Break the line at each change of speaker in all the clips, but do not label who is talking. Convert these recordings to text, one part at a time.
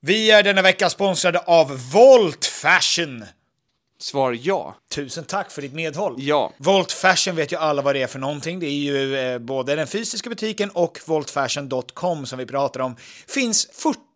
Vi är denna vecka sponsrade av Volt Fashion.
Svar ja.
Tusen tack för ditt medhåll.
Ja.
Volt Fashion vet ju alla vad det är för någonting. Det är ju eh, både den fysiska butiken och voltfashion.com som vi pratar om. Finns 40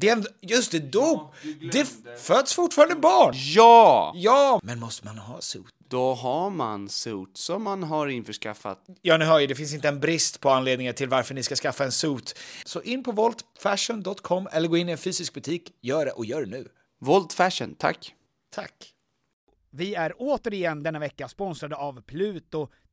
Det är, en- just det, då, det f- föds fortfarande barn.
Ja!
Ja, men måste man ha suit?
Då har man suits som man har införskaffat.
Ja, ni hör ju, det finns inte en brist på anledningar till varför ni ska skaffa en suit. Så in på voltfashion.com eller gå in i en fysisk butik. Gör det och gör det nu.
Volt fashion, tack.
Tack.
Vi är återigen denna vecka sponsrade av Pluto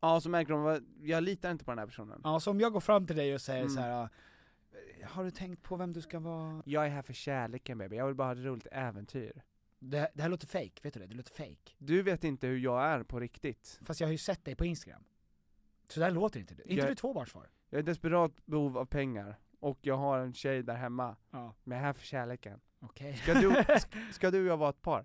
Ja, så märker de att jag litar inte på den här personen.
Ja, så om jag går fram till dig och säger
Mm.
så här. "Ah, har du tänkt på vem du ska vara?
Jag är här för kärleken baby, jag vill bara ha ett roligt äventyr.
Det, det här låter fake, vet du det? Det låter fake.
Du vet inte hur jag är på riktigt.
Fast jag har ju sett dig på Instagram. Så där låter inte du. Är inte
Jag-
du tvåbarnsfar?
Jag är i desperat behov av pengar. Och jag har en tjej där hemma,
Ja,
men jag är här för kärleken.
okej.
Ska du, sk- ska du och jag vara ett par?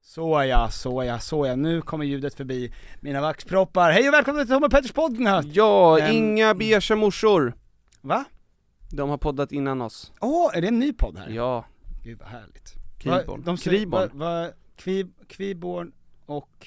Såja, såja, såja, nu kommer ljudet förbi mina vaxproppar. Hej och välkomna till Tom och Petters podcast!
Ja,
Men-
inga beiga morsor.
Va?
De har poddat innan oss.
Åh, är det en ny podd här?
Ja.
Gud vad härligt.
Kriborn.
Va, de ser,
Kriborn.
Va, va, kvi, kviborn och...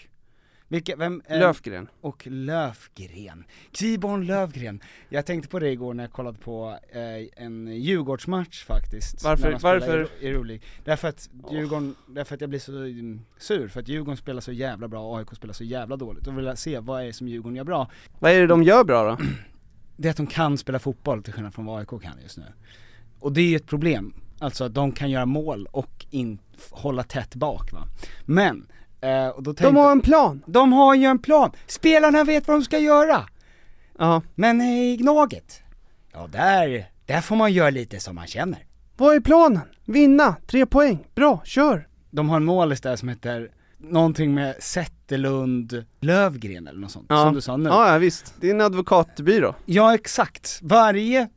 Vilka, vem? eh,
Löfgren.
och Löfgren. Kviborn Löfgren. Jag tänkte på det igår när jag kollade på eh, en Djurgårdsmatch faktiskt.
Varför-
när de spelar
varför?
I, i rolig. Därför att Djurgården, därför att jag blir så mm, sur för att Djurgården spelar så jävla bra och AIK spelar så jävla dåligt. Då vill jag se vad är det som Djurgården gör bra.
Vad är det de gör bra då?
det är att de kan spela fotboll till skillnad från vad AIK kan just nu. Och det är ju ett problem, alltså att de kan göra mål och in, f- hålla tätt bak va. Men, eh, och då
De
tänkte,
har en plan!
de har ju en plan! Spelarna vet vad de ska göra!
Ja.
Men eh, i Gnaget, ja där, där får man göra lite som man känner.
Vad är planen? Vinna, tre poäng, bra, kör!
De har en målis där som heter någonting med Zetterlund Lövgren eller något sånt, som du sa nu.
Ja, ja visst. Det är en advokatbyrå.
Ja exakt, varje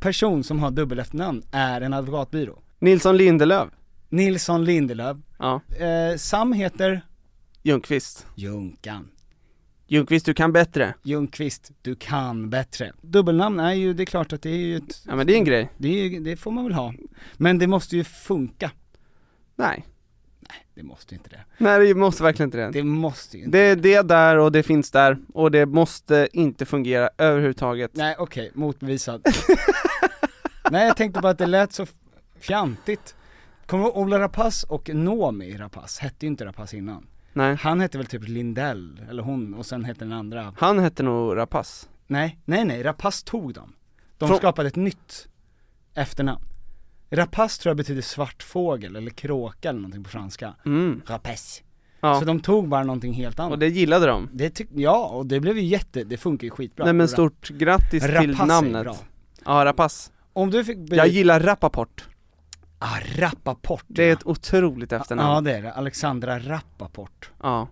person som har dubbelefternamn är en advokatbyrå.
Nilsson Lindelöf.
Nilsson Lindelöf,
Ja.
eh, Sam heter
Ljungqvist.
Junkan.
Ljungqvist, du kan bättre.
Ljungqvist, du kan bättre. Dubbelnamn är ju, det är klart att det är ju ett,
Ja men det är en grej.
det, är ju, det får man väl ha. Men det måste ju funka.
Nej.
Det måste ju inte det.
Nej det måste verkligen inte det.
Det måste ju inte.
Det, det är där och det finns där och det måste inte fungera överhuvudtaget.
Nej okej, motbevisad. Nej jag tänkte bara att det lät så fjantigt. Kommer du ihåg Ola Rapace och Nomi Rapace? Hette ju inte Rapace innan.
Nej.
Han hette väl typ Lindell, eller hon, och sen hette den andra,
Han hette nog Rapace.
nej, nej nej, Rapace tog dem. De
Från-
skapade ett nytt efternamn. Rapace tror jag betyder svartfågel eller kråka eller någonting på franska.
Mm.
Rapace.
Ja.
Så de tog bara någonting helt annat.
Och
det
det gillade de.
tyck- ja, och det blev ju jätte, det funkar ju skitbra.
Nej
Och
men
Ra-
stort grattis till
Rapace är
namnet.
bra.
Ja, Rapace.
Om du fick bli,
Jag gillar Rappaport.
ah, Rappaport.
Det är ett otroligt efternamn.
Ja det är det, Alexandra Rappaport.
Ja.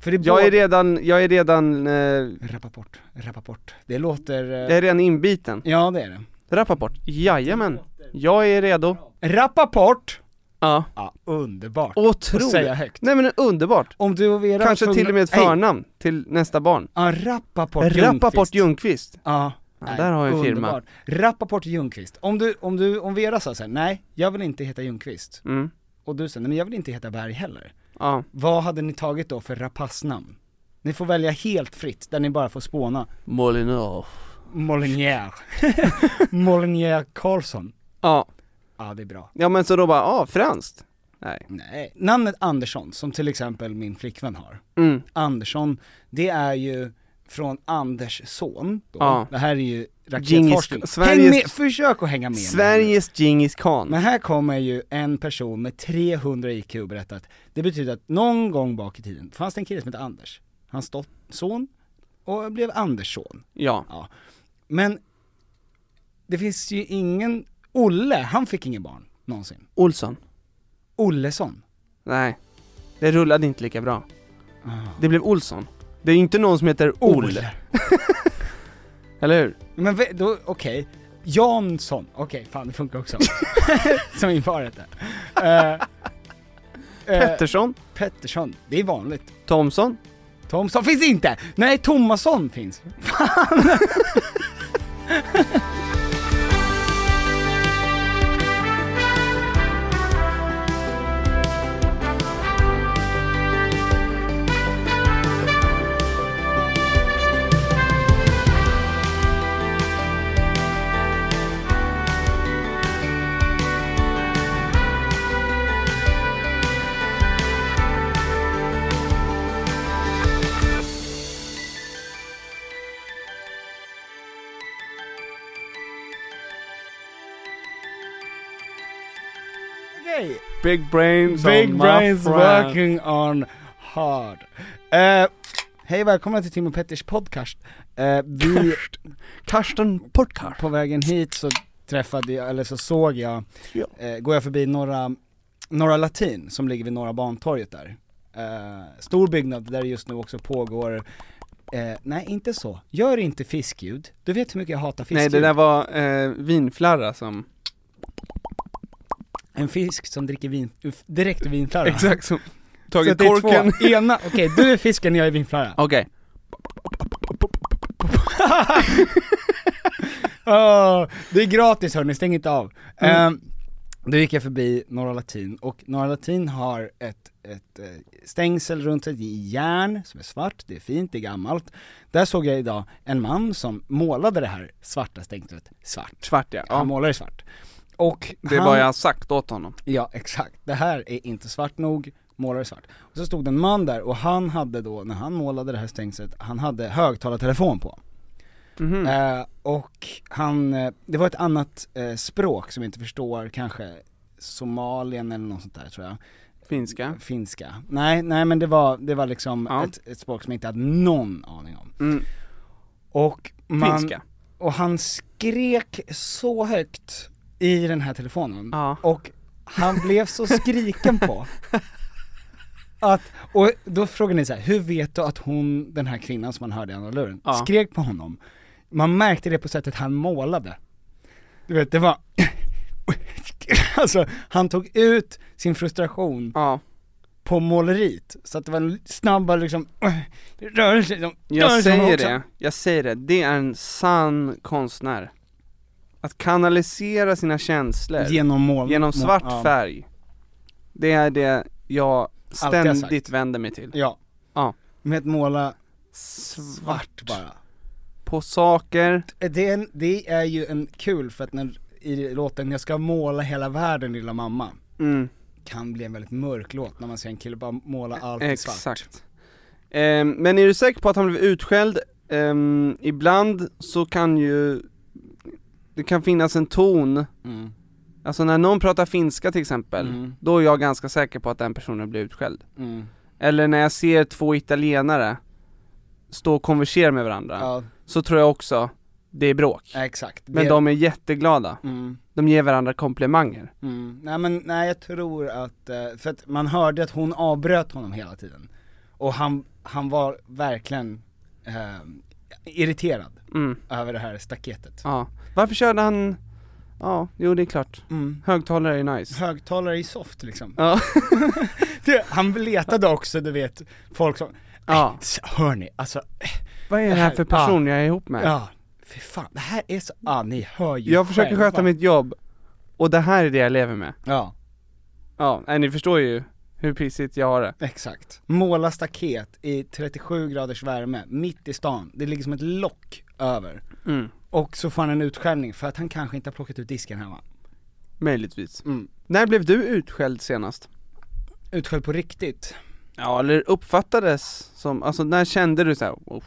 För det
Jag är
både-
redan, jag är redan, eh,
Rappaport, Rappaport. Det låter, eh,
jag är redan inbiten.
ja det är det.
Rappaport, jajamän. Jag är redo.
Rappaport!
Ja.
Ja, underbart.
Otroligt.
Att säga högt.
Nej men underbart.
Om du och Vera
Kanske till och med ett
förnamn.
förnamn till nästa barn.
Ja, Rappaport
Rappaport
Ljungqvist.
Ljungqvist.
Ja.
Ja,
nej,
där har jag en firma.
underbart. Rappaport Ljungqvist. Om du, om du, om Vera sa såhär, nej, jag vill inte heta Ljungqvist.
Mm.
Och du sa, nej men jag vill inte heta Berg heller.
Ja.
Vad hade ni tagit då för rapassnamn? Ni får välja helt fritt, där ni bara får spåna.
Molinov.
Molinier. Molinier Karlsson.
Ja.
Ja, det är bra.
Ja men så då bara, ah, franskt. Nej.
Nej. Namnet Andersson, som till exempel min flickvän har.
Mm.
Andersson, det är ju från Anders son då.
Ja.
Det här är ju
Genghis-
raketforskning. Häng
Sveriges-
med, försök att hänga med. mig nu.
Sveriges Djingis Khan.
Men här kommer ju en person med 300 IQ och berättar att det betyder att någon gång bak i tiden fanns det en kille som hette Anders. Hans dot- son och blev Andersson.
Ja.
Men det finns ju ingen, Olle, han fick ingen barn någonsin.
Olsson.
Ollesson.
Nej. Det rullade inte lika bra. Det blev Olsson. Det är ju inte någon som heter Ol.
Olle.
Eller hur?
Men ve- då, okej, Jansson, okej fan det funkar också. Som min far hette. Eh, eh,
Pettersson.
Pettersson, det är vanligt.
Thomson.
Thomson finns inte! Nej, Thomasson finns. Fan! Okej.
Big brains
Big
on my
brains
friend.
working on hard. Eh, Hej välkomna till Tim och Petters podcast. Eh, vi,
Karsten Portkar.
på vägen hit så träffade jag, eller så såg jag,
Ja.
eh, går jag förbi Norra, Norra Latin som ligger vid Norra Bantorget där. Eh, stor byggnad där det just nu också pågår, eh, nej inte så, gör inte fiskljud. Du vet hur mycket jag hatar
Nej
fiskljud.
det där var eh, vinflarra som,
En fisk som dricker vin, uff, direkt ur vinflarra.
exakt som,
Så att
tagit
det är två.
korken.
Ena, okej du är fisken, jag är vinflarra.
Okej.
Åh, Ah, det är gratis hörni, stäng inte av. Mm. då gick jag förbi Norra Latin och Norra Latin har ett, ett eh, stängsel runt sig i järn som är svart, det är fint, det är gammalt. Där såg jag idag en man som målade det här svarta stängslet svart.
Svart ja.
Han
ja.
målade det svart. Och
Det
han,
var jag sagt åt honom.
Ja exakt, det här är inte svart nog, måla det svart. Och så stod det en man där och han hade då, när han målade det här stängslet, han hade högtalartelefon på.
Mhm.
Eh, och han, eh, det var ett annat eh, språk som jag inte förstår, kanske Somalien eller något sånt där tror jag.
Finska.
Finska. Nej, nej men det var, det var liksom
Ja.
ett, ett språk som jag inte hade någon aning om.
Mm.
Och man,
Finska.
och han skrek så högt i den här telefonen.
Ja.
Och han blev så skriken på. Att, och då frågar ni så här, hur vet du att hon, den här kvinnan som man hörde i andra luren,
Ja.
skrek på honom? Man märkte det på sättet han målade. Du vet, det var Alltså, han tog ut sin frustration
Ja.
på måleriet, så att det var en snabba liksom, rörelse, de
Jag
rörelse
säger
också.
det, jag säger det, det är en sann konstnär. Att kanalisera sina känslor
Genom mål
genom
mål-
svart
ja.
färg, det är det jag
Alltid har
ständigt vänder mig till.
Ja.
Ja.
Med att måla
Svart
svart bara.
på saker,
Det är, en, det är ju en kul, för att när, i låten 'Jag ska måla hela världen lilla mamma'
mm,
kan bli en väldigt mörk låt när man ser en kille bara måla allt i svart.
exakt. Ehm, men är du säker på att han blev utskälld? Ehm, ibland så kan ju, det kan finnas en ton,
Mm.
alltså när någon pratar finska till exempel,
Mm.
då är jag ganska säker på att den personen blev utskälld.
Mm.
Eller när jag ser två italienare stå och konversera med varandra,
Ja,
så tror jag också det är bråk.
exakt.
Men
Det-
de är jätteglada,
Mm.
de ger varandra komplimanger.
Mm. Nej men nej jag tror att, eh, för att man hörde att hon avbröt honom hela tiden. Och han, han var verkligen eh, irriterad
Mm,
över det här staketet.
ja. Varför körde han, ja, jo det är klart,
Mm.
högtalare är nice.
Högtalare i soft liksom.
Ja.
Det- Han letade också du vet, folk som,
ja.
"S- hör ni, alltså, eh,
Vad är det här för person jag är ihop med?
ja, fy fan, det här är så, ah ni hör ju
Jag försöker
själva.
sköta mitt jobb, och det här är det jag lever med.
Ja,
Ja, nej, ni förstår ju hur pissigt jag har det.
exakt. Måla staket i 37 graders värme, mitt i stan, det ligger som ett lock över.
Mm.
Och så får han en utskällning för att han kanske inte har plockat ut disken hemma.
Möjligtvis.
Mm.
När blev du utskälld senast?
Utskälld på riktigt.
Ja, eller uppfattades som, alltså när kände du såhär, oh,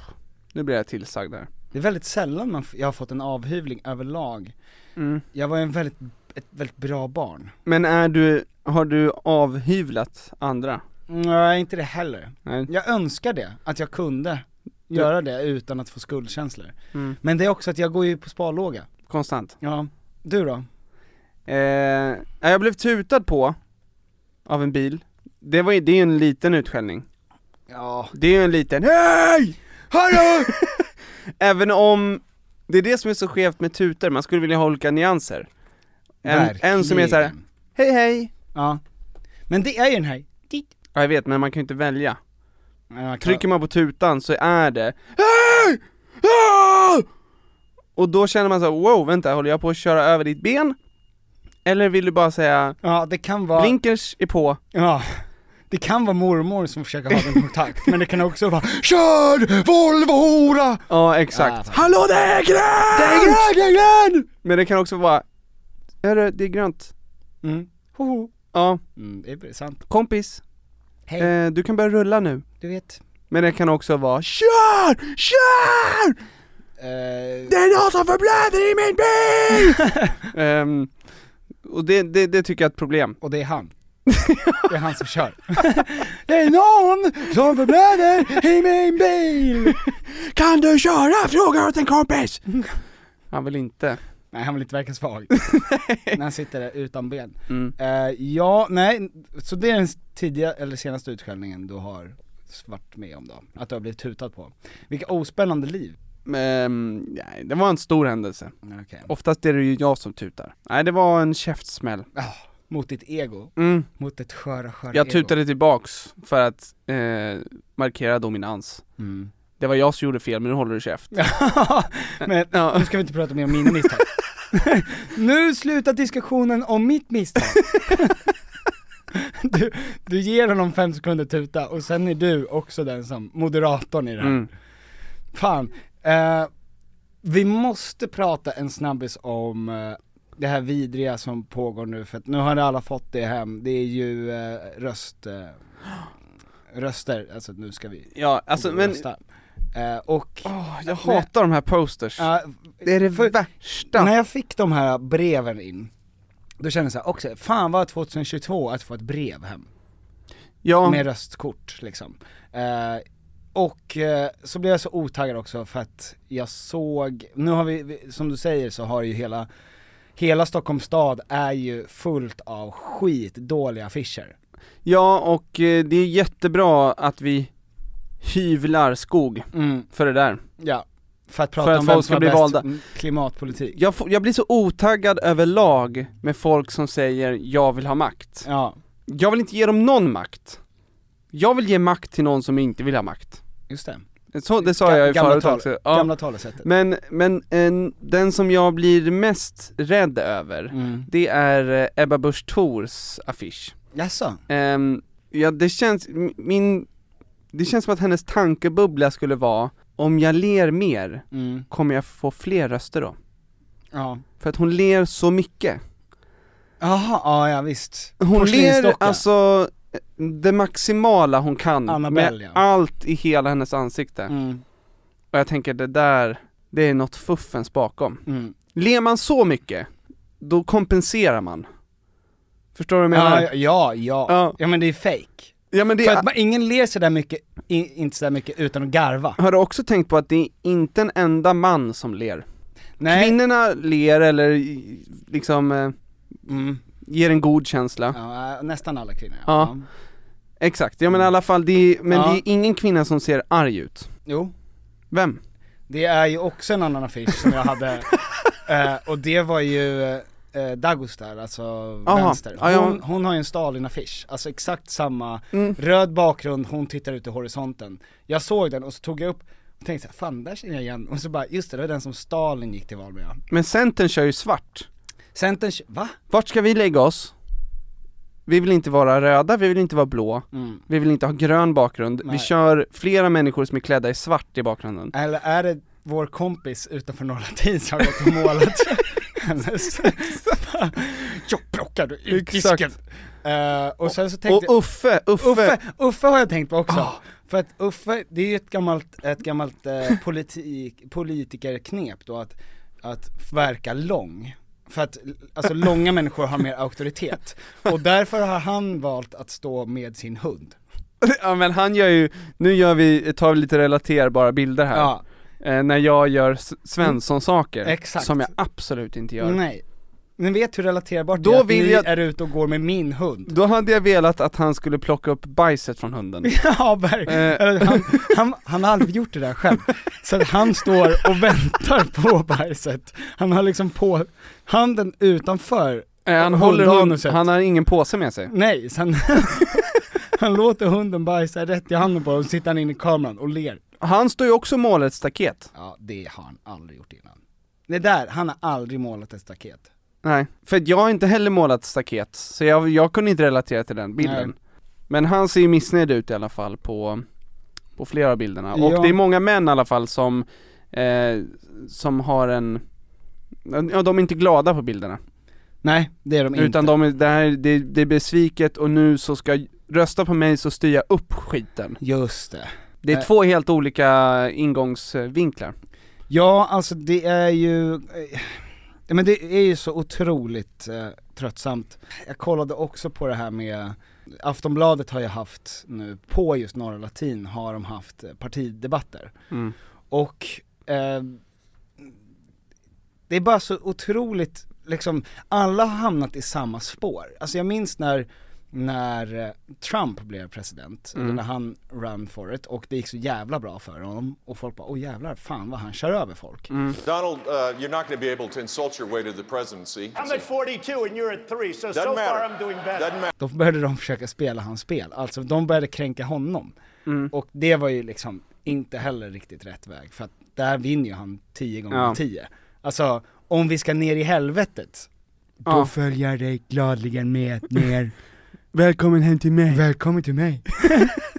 nu blir jag tillsagd här?
Det är väldigt sällan man f- jag har fått en avhyvling överlag.
Mm.
Jag var en väldigt, ett väldigt bra barn.
Men är du, har du avhyvlat andra?
Nej, inte det heller.
Nej.
Jag önskar det, att jag kunde göra det utan att få skuldkänslor.
Mm.
Men det är också att jag går ju på sparlåga.
Konstant.
Ja, du då?
Eh, ja, jag blev tutad på, av en bil. Det var ju, det är ju en liten utskällning.
Ja.
Det är ju en liten, hej! Hallå! Även om, det är det som är så skevt med tutor, man skulle vilja ha olika nyanser. En, en som är såhär, hej hej!
Ja. Men det är ju den här,
Ja jag vet, men man kan ju inte välja.
Ja,
Trycker man på tutan så är det "Hej! Ah!" Och då känner man så här, wow vänta, håller jag på att köra över ditt ben? Eller vill du bara säga,
ja det kan vara,
blinkers är på,
ja. Det kan vara mormor som försöker ha den kontakt, men det kan också vara KÖR VOLVO-HORA!
ja exakt
Ja,
Hallå det är grönt!
Det Ah. är grönt, det är grönt!
Men det kan också vara, hörru det är grönt,
Mm. Hoho.
ja,
Mm, det är sant.
kompis,
Hej,
eh, du kan börja rulla nu
du vet.
Men det kan också vara, kör! Kör!
Eh,
Det är någon som förblöder i min bil! Ehm, och det, det, det tycker jag är ett problem
och det är han. Det är han som kör. det är någon som förblöder i min bil!
Kan du köra? Frågar åt en kompis! Han vill inte.
Nej han vill inte verka svag. När han sitter där utan ben.
Mm.
Eh, ja, nej, så det är den tidiga, eller senaste utskällningen du har varit med om då? Att du har blivit tutad på. Vilka ospännande liv.
Ehm, nej, det var en stor händelse.
Okay.
Oftast är det ju jag som tutar. Nej, det var en käftsmäll.
Mot ditt ego,
Mm.
mot ett sköra sköra
Jag
ego.
tutade tillbaks för att eh, markera dominans.
Mm.
Det var jag som gjorde fel, men nu håller du käft.
Men
Ja.
nu ska vi inte prata mer om mina misstag. nu slutar diskussionen om mitt misstag. du, du ger honom fem sekunder tuta och sen är du också den som, moderatorn i det här.
Mm.
Fan, eh, vi måste prata en snabbis om eh, det här vidriga som pågår nu för att nu har alla fått det hem, det är ju eh, röst, eh, röster, alltså nu ska vi
Ja, alltså
gå och
men
rösta. Eh, och eh,
Åh, jag hatar de här posters.
ja,
Det är det
för-
värsta.
när jag fick de här breven in, då kände jag så här, också, fan vad 2022 att få ett brev hem.
ja,
med röstkort liksom. Eh, och eh, så blev jag så otaggad också för att jag såg, nu har vi- vi, som du säger så har ju hela, hela Stockholms stad är ju fullt av skitdåliga affischer.
ja, och eh, det är jättebra att vi hyvlar skog för det där.
Ja, för att prata
Mm. För att
om
folk
vem
ska
som har
bli
bäst
valda.
m- klimatpolitik.
Jag, får- jag blir så otaggad överlag med folk som säger 'jag vill ha makt'
Ja,
Jag vill inte ge dem någon makt. Jag vill ge makt till någon som inte vill ha makt.
just det.
Så, det sa jag ju
gamla,
förut
tale-
också. Ja.
gamla talesättet.
Men, men en, den som jag blir mest rädd över,
Mm.
det är eh, Ebba Busch Thors affisch.
Jaså?
Ehm, ja, det känns, m- min, det känns som att hennes tankebubbla skulle vara, om jag ler mer,
Mm.
kommer jag få fler röster då?
Ja.
För att hon ler så mycket.
Jaha, ja, ja visst.
Hon ler
Porslinsdocka.
alltså det maximala hon kan
Annabelle,
med
ja.
allt i hela hennes ansikte.
Mm,
Och jag tänker det där, det är något fuffens bakom.
mm.
Ler man så mycket, då kompenserar man. Förstår du vad jag menar?
Ja, ja, ja, ja.
Ja.
Ja men det är fake.
Ja, men det
För
är,
att man, ingen ler sådär mycket, i, inte sådär mycket utan att garva.
har du också tänkt på att det är inte en enda man som ler?
Nej.
Kvinnorna ler eller i- liksom eh,
Mm.
ger en god känsla.
Ja, äh, nästan alla kvinnor
Ja. Exakt, ja men i alla fall, det är, men
Ja.
det är ingen kvinna som ser arg ut.
Jo,
Vem?
det är ju också en annan affisch som jag hade, eh, och det var ju eh, Dagos där, alltså
Aha.
vänster.
Ja, ja.
Hon, hon har ju en Stalin-affisch, alltså exakt samma,
Mm.
röd bakgrund, hon tittar ut i horisonten. Jag såg den och så tog jag upp och tänkte såhär, fan där känner jag igen, och så bara, just det, det var den som Stalin gick till val med ja.
Men Centern kör ju svart.
Centern, va?
Vart ska vi lägga oss? Vi vill inte vara röda, vi vill inte vara blå,
Mm.
vi vill inte ha grön bakgrund,
Nej.
vi kör flera människor som är klädda i svart i bakgrunden.
Eller är det vår kompis utanför Norra Tin som har gått och målat hennes... jag plockade
Exakt.
ut disken! Eh, och sen
Och
så
Ah.
tänkte jag,
Uffe, Uffe!
Uffe, Uffe har jag tänkt på också. För att Uffe, det är ju ett gammalt, ett gammalt eh, politik, politikerknep då att, att verka lång. För att, alltså långa människor har mer auktoritet. Och därför har han valt att stå med sin hund.
Ja men han gör ju, nu gör vi, tar vi lite relaterbara bilder här,
Ja, Mm.
eh, när jag gör S- Svensson-saker,
Exakt.
som jag absolut inte gör.
nej. Ni vet hur relaterbart
Då
det är att
vill
ni
jag-
är ute och går med min hund.
Då hade jag velat att han skulle plocka upp bajset från hunden.
Ja, verkligen. Eller Han, han, han har aldrig gjort det där själv. Så att han står och väntar på bajset. Han har liksom på handen utanför,
Eh, han
Och
håller
hundhanuset.
hund, han har ingen påse med sig.
nej, sen han låter hunden bajsa rätt i handen på honom, så sitter han inne i kameran och ler.
Han står ju också målet staket.
Ja, det har han aldrig gjort innan. Det där, han har aldrig målat ett staket.
Nej, för att jag har inte heller målat staket, så jag, jag kunde inte relatera till den bilden.
Nej.
Men han ser ju missnöjd ut i alla fall på, på flera av bilderna.
Ja.
Och det är många män i alla fall som, eh, som har en, ja de är inte glada på bilderna.
Nej, det är de inte.
Utan de är, det, här, det, det är besviket och nu så ska, rösta på mig så styr jag upp skiten.
Just det.
Det är
Nej.
två helt olika ingångsvinklar.
Ja, alltså det är ju, eh, men det är ju så otroligt eh, tröttsamt. Jag kollade också på det här med, Aftonbladet har ju haft nu, på just Norra Latin har de haft eh, partidebatter.
Mm.
Och eh, det är bara så otroligt, liksom, alla har hamnat i samma spår. Alltså jag minns när, när eh, Trump blev president, eller när han ran for it, och det gick så jävla bra för honom, och folk bara åh jävlar, fan vad han kör över folk.
Donald, uh, you're not going to be able to insult your way to the presidency.
I'm at 42 and you're at 3, so
Doesn't
so
matter.
far I'm doing better.
Doesn't matter.
Då började de försöka spela hans spel, alltså de började kränka honom. Och det var ju liksom inte heller riktigt rätt väg, för att där vinner ju han 10 gånger
Ja.
10. Alltså, om vi ska ner i helvetet, då
Ja.
följer jag dig gladligen med ner.
Välkommen hem till mig.
Välkommen till mig,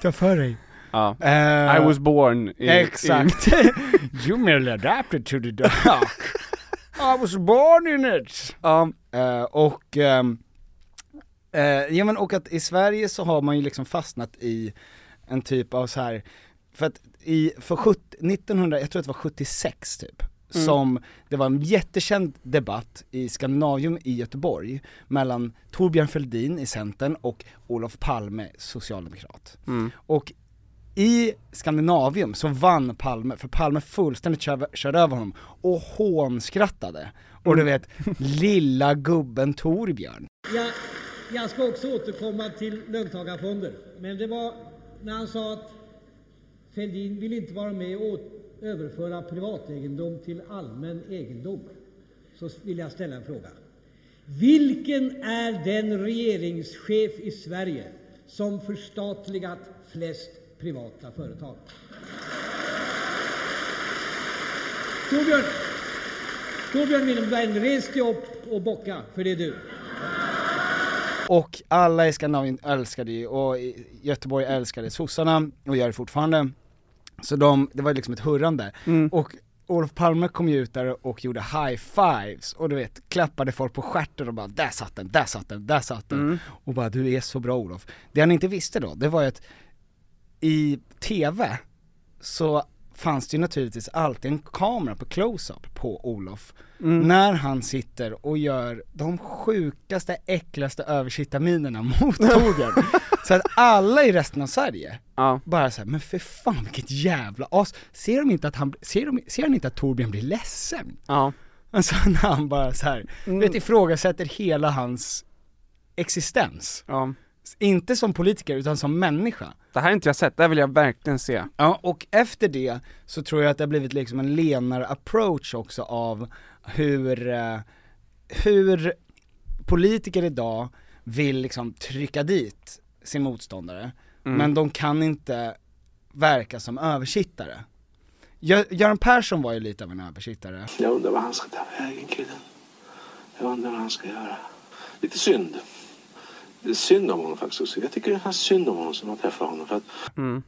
ta för dig.
Ja.
Eh,
I was born i, i
Exakt. you merely adapted to the dark. I was born in it.
Ja,
Eh, och, ehm, eh, ja men och att i Sverige så har man ju liksom fastnat i en typ av så här För att i, för 70, 1900, jag tror att det var 76 typ,
Mm.
som det var en jättekänd debatt i Skandinavium i Göteborg mellan Torbjörn Fälldin i Centern och Olof Palme, Socialdemokrat. Och i Skandinavium så vann Palme, för Palme fullständigt körde, körde över honom och hånskrattade. Och du vet, lilla gubben Torbjörn.
Jag, jag ska också återkomma till löntagarfonder. Men det var när han sa att Fälldin vill inte vara med och åt- överföra privategendom till allmän egendom. Så vill jag ställa en fråga. Vilken är den regeringschef i Sverige som förstatligat flest privata företag? Torbjörn, Torbjörn Wilhelmberg, res dig upp och bocka, för det är du.
Och alla i Skandinavien älskade ju, och i Göteborg älskade sossarna, och gör det fortfarande. Så de, det var liksom ett hurrande. Och Olof Palme kom ju ut där och gjorde high-fives, och du vet, klappade folk på stjärten och bara 'där satt den, där satt den, där satt den' och bara 'du är så bra Olof' Det han inte visste då, det var ju att i TV så fanns det ju naturligtvis alltid en kamera på close-up på Olof när han sitter och gör de sjukaste, äckligaste översittarminerna mot Torbjörn. så att alla i resten av Sverige bara såhär, men för fan vilket jävla as, ser de inte att han, ser de, ser han inte att Torbjörn blir ledsen?
Ja.
Alltså när han bara såhär, mm. vet ifrågasätter hela hans existens. Inte som politiker utan som människa.
Det här har inte jag sett, det här vill jag verkligen se.
Ja, och efter det så tror jag att det har blivit liksom en lenare approach också av hur, eh, hur politiker idag vill liksom trycka dit sin motståndare,
Mm.
men de kan inte verka som översittare. Gö- Göran Persson var ju lite av en översittare.
Jag undrar vad han ska ta vägen, killen. Jag undrar vad han ska göra. Lite synd. Det är synd om honom faktiskt också. Jag tycker det är synd om honom som har träffat honom. För att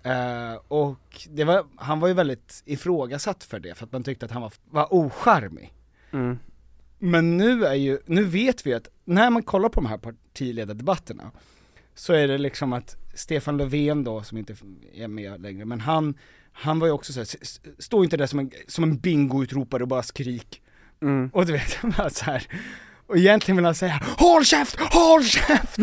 Eh, och det var, han var ju väldigt ifrågasatt för det, för att man tyckte att han var, var ocharmig. Men nu är ju, nu vet vi att när man kollar på de här partiledardebatterna så är det liksom att Stefan Löfven då, som inte är med längre, men han, han var ju också såhär, står inte där som en, som en bingoutropare och bara skrik. Och du vet, bara så här. och egentligen vill han säga HÅLL KÄFT, HÅLL KÄFT!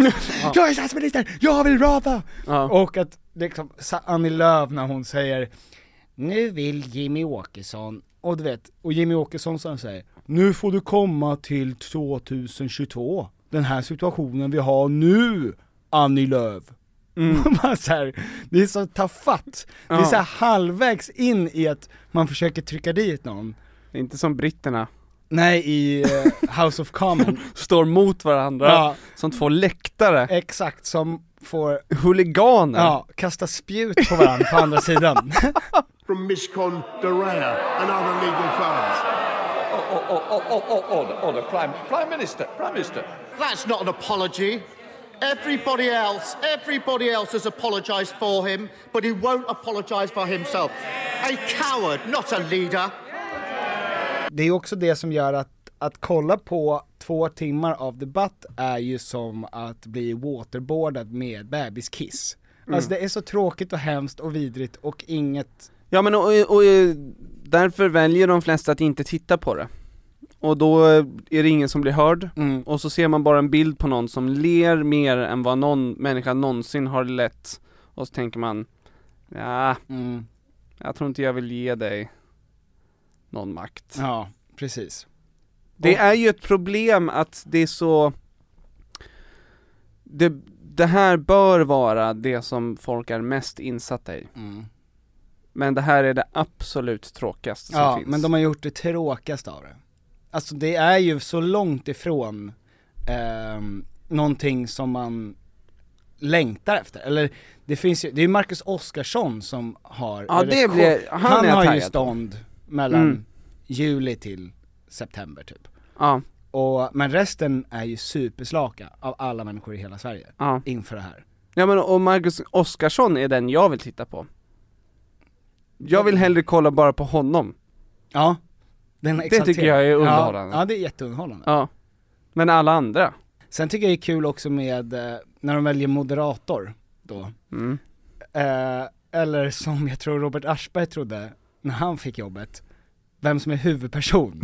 Jag är statsminister, jag vill prata! Och att liksom, sa- Annie Lööf när hon säger Nu vill Jimmy Åkesson, och du vet, och Jimmy Åkesson som säger Nu får du komma till 2022, den här situationen vi har nu, Annie Lööf Bara så här, det är så tafatt, det är
Ja.
så här halvvägs in i att man försöker trycka dit någon
Inte som britterna.
Nej, i eh, House of Common
Står mot varandra,
Ja.
som två läktare.
Exakt, som får
Huliganer.
Ja, kasta spjut på varandra på andra sidan
from Mishcon, Dorea and other legal firms.
Oh, oh, oh, oh, oh, order, order, Prime, Prime Minister, Prime Minister.
That's not an apology. Everybody else, everybody else has apologised for him, but he won't apologise for himself. A coward, not a leader.
Det är också det som gör att, att kolla på två timmar av debatt är ju som att bli waterboardad med bebiskiss Alltså
Mm.
det är så tråkigt och hemskt och vidrigt och inget
Ja men och, och, och därför väljer de flesta att inte titta på det. Och då eh, är det ingen som blir hörd,
mm,
och så ser man bara en bild på någon som ler mer än vad någon människa någonsin har lett. Och så tänker man, ja,
mm,
jag tror inte jag vill ge dig någon makt.
Ja, precis.
Det är ju ett problem att det är så det, det här bör vara det som folk är mest insatta i.
Mm.
Men det här är det absolut tråkigaste som
Ja,
finns.
men de har gjort det tråkigaste av det. Alltså det är ju så långt ifrån ehm, någonting som man längtar efter. Eller det finns ju, det är ju Marcus Oskarsson som har,
Ja,
eller
det
ko-
blir- han är jag
har ju
taggad på.
stånd mellan
Mm.
juli till september typ.
Ja.
Och, men resten är ju superslaka av alla människor i hela Sverige
Ja.
inför det här.
Ja men och Marcus Oskarsson är den jag vill titta på. Jag vill hellre kolla bara på honom.
Ja. Den
det
exalterar.
tycker jag är underhållande.
Ja, ja det är jätteunderhållande.
Ja. Men alla andra.
Sen tycker jag det är kul också med, eh, när de väljer moderator då. Eh, eller som jag tror Robert Aschberg trodde när han fick jobbet, vem som är huvudperson.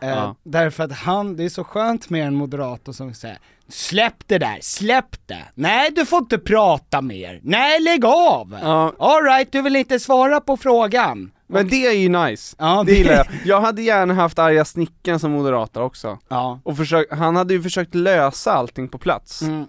eh,
Ja.
Därför att han, det är så skönt med en moderator som säger Släpp det där, släpp det! Nej du får inte prata mer, nej lägg av! All right, du vill inte svara på frågan!
Men det är ju nice, det
det-
gillar jag. Jag hade gärna haft arga snickaren som moderator också. Och försök, han hade ju försökt lösa allting på plats.
Mm.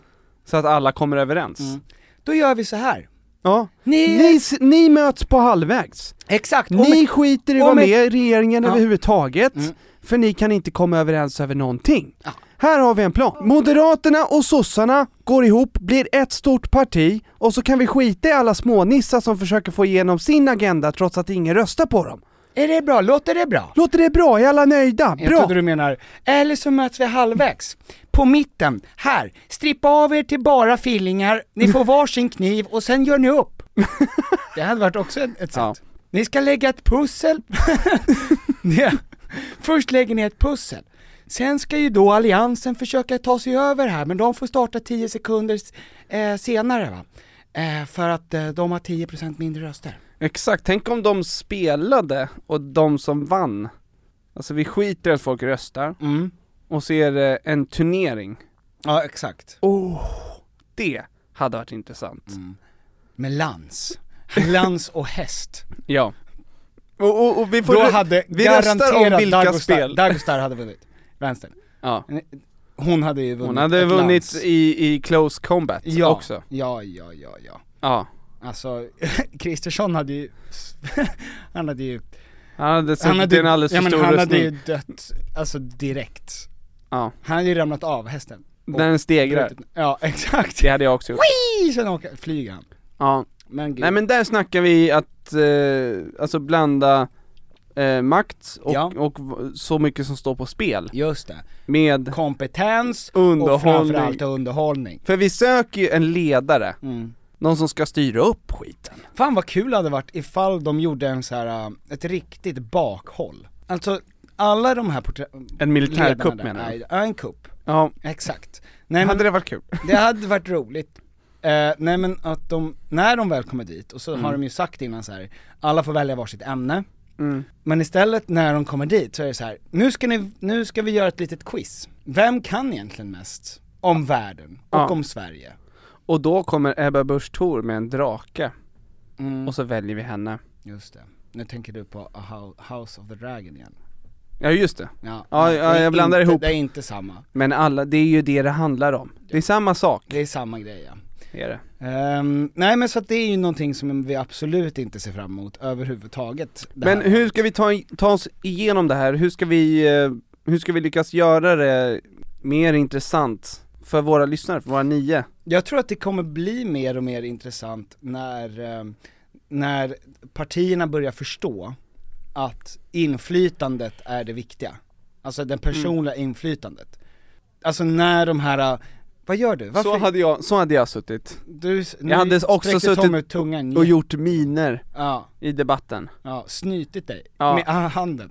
Så att alla kommer överens.
Då gör vi så här.
Ja.
Mm. Ni,
ni, s- ni möts på halvvägs.
Exakt.
Ni skiter i att vara
om-
med i regeringen
Ja. Mm.
överhuvudtaget, för ni kan inte komma överens över någonting. Här har vi en plan. Moderaterna och sossarna går ihop, blir ett stort parti, och så kan vi skita i alla smånissar som försöker få igenom sin agenda trots att ingen röstar på dem.
Är det bra? Låter det bra?
Låter det bra? Är alla nöjda?
Jag
Bra!
trodde du menar, eller så möts vi halvvägs. På mitten, här, strippa av er till bara fillingar, ni får varsin kniv och sen gör ni upp. Det hade varit också ett, ett sätt. Ni ska lägga ett pussel. ja. Först lägger ni ett pussel. Sen ska ju då alliansen försöka ta sig över här, men de får starta 10 sekunder eh, senare va? Eh, för att eh, de har 10% mindre röster.
Exakt, tänk om de spelade och de som vann, alltså vi skiter i att folk röstar, och ser eh, en turnering.
Ja, exakt.
Oh, det hade varit intressant.
Med lans. Lans och häst.
Ja. Och, och, och vi får
Då
rö-
hade
vi
garanterat
röstar om vilka
Dagostar-
spel.
Dagostar hade vunnit, vänstern.
Ja.
Hon hade ju vunnit
Hon hade
ett
vunnit
lands.
i, i close combat
ja,
också.
Ja, ja, ja, ja.
Ja.
Alltså, Kristersson hade ju, han hade ju
Han hade suttit i en alldeles för
ja, men
stor
han
rustning.
hade ju dött, alltså direkt.
Ja.
Han hade ju ramlat av hästen. Och
Den stegrar.
brutit- Ja, exakt.
Det hade jag också gjort.
Wii! Sen åker, flyger han.
Ja.
Men gud.
Nej men där snackar vi att, eh, alltså blanda eh, makt och,
Ja.
och v- så mycket som står på spel.
Just det.
Med
Kompetens och
underhållning.
framförallt underhållning.
För vi söker ju en ledare.
Mm.
Någon som ska styra upp skiten.
Fan vad kul det hade varit ifall de gjorde en så här, äh, ett riktigt bakhåll. Alltså, alla de här porträ-
En militärkupp
ledarna där-
menar du?
Nej, Ja, en kupp.
Ja.
Exakt. Nej,
Hade det varit kul?
Det hade varit roligt. Eh, nej men att de, när de väl kommer dit, och så
Mm.
har de ju sagt innan så här, alla får välja varsitt ämne.
Mm.
Men istället när de kommer dit så är det så här, nu ska, ni, nu ska vi göra ett litet quiz. Vem kan egentligen mest om världen och
Ja.
om Sverige?
Och då kommer Ebba Busch Thor med en drake.
Mm.
Och så väljer vi henne.
Just det. Nu tänker du på A Hou- House of the Dragon igen.
Ja just det.
Ja,
ja,
det är
jag blandar
inte,
ihop.
Det är inte samma.
Men alla, det är ju det det handlar om. Det är samma sak.
Det är samma grej ja.
Det är det.
Ehm, nej men så att det är ju någonting som vi absolut inte ser fram emot överhuvudtaget. det
Men
här.
hur ska vi ta, ta oss igenom det här? Hur ska vi, eh, hur ska vi lyckas göra det mer intressant för våra lyssnare, för våra nio?
Jag tror att det kommer bli mer och mer intressant när, ehm, när partierna börjar förstå att inflytandet är det viktiga. Alltså
Mm.
det personliga inflytandet. Alltså när de här, äh, vad gör du?
Så hade jag, så hade jag suttit.
Du, nu
jag hade också
sträckte Tom ut
suttit
tungan
och gjort miner
Ja.
i debatten.
Ja, snytit dig
Ja.
med ah, handen.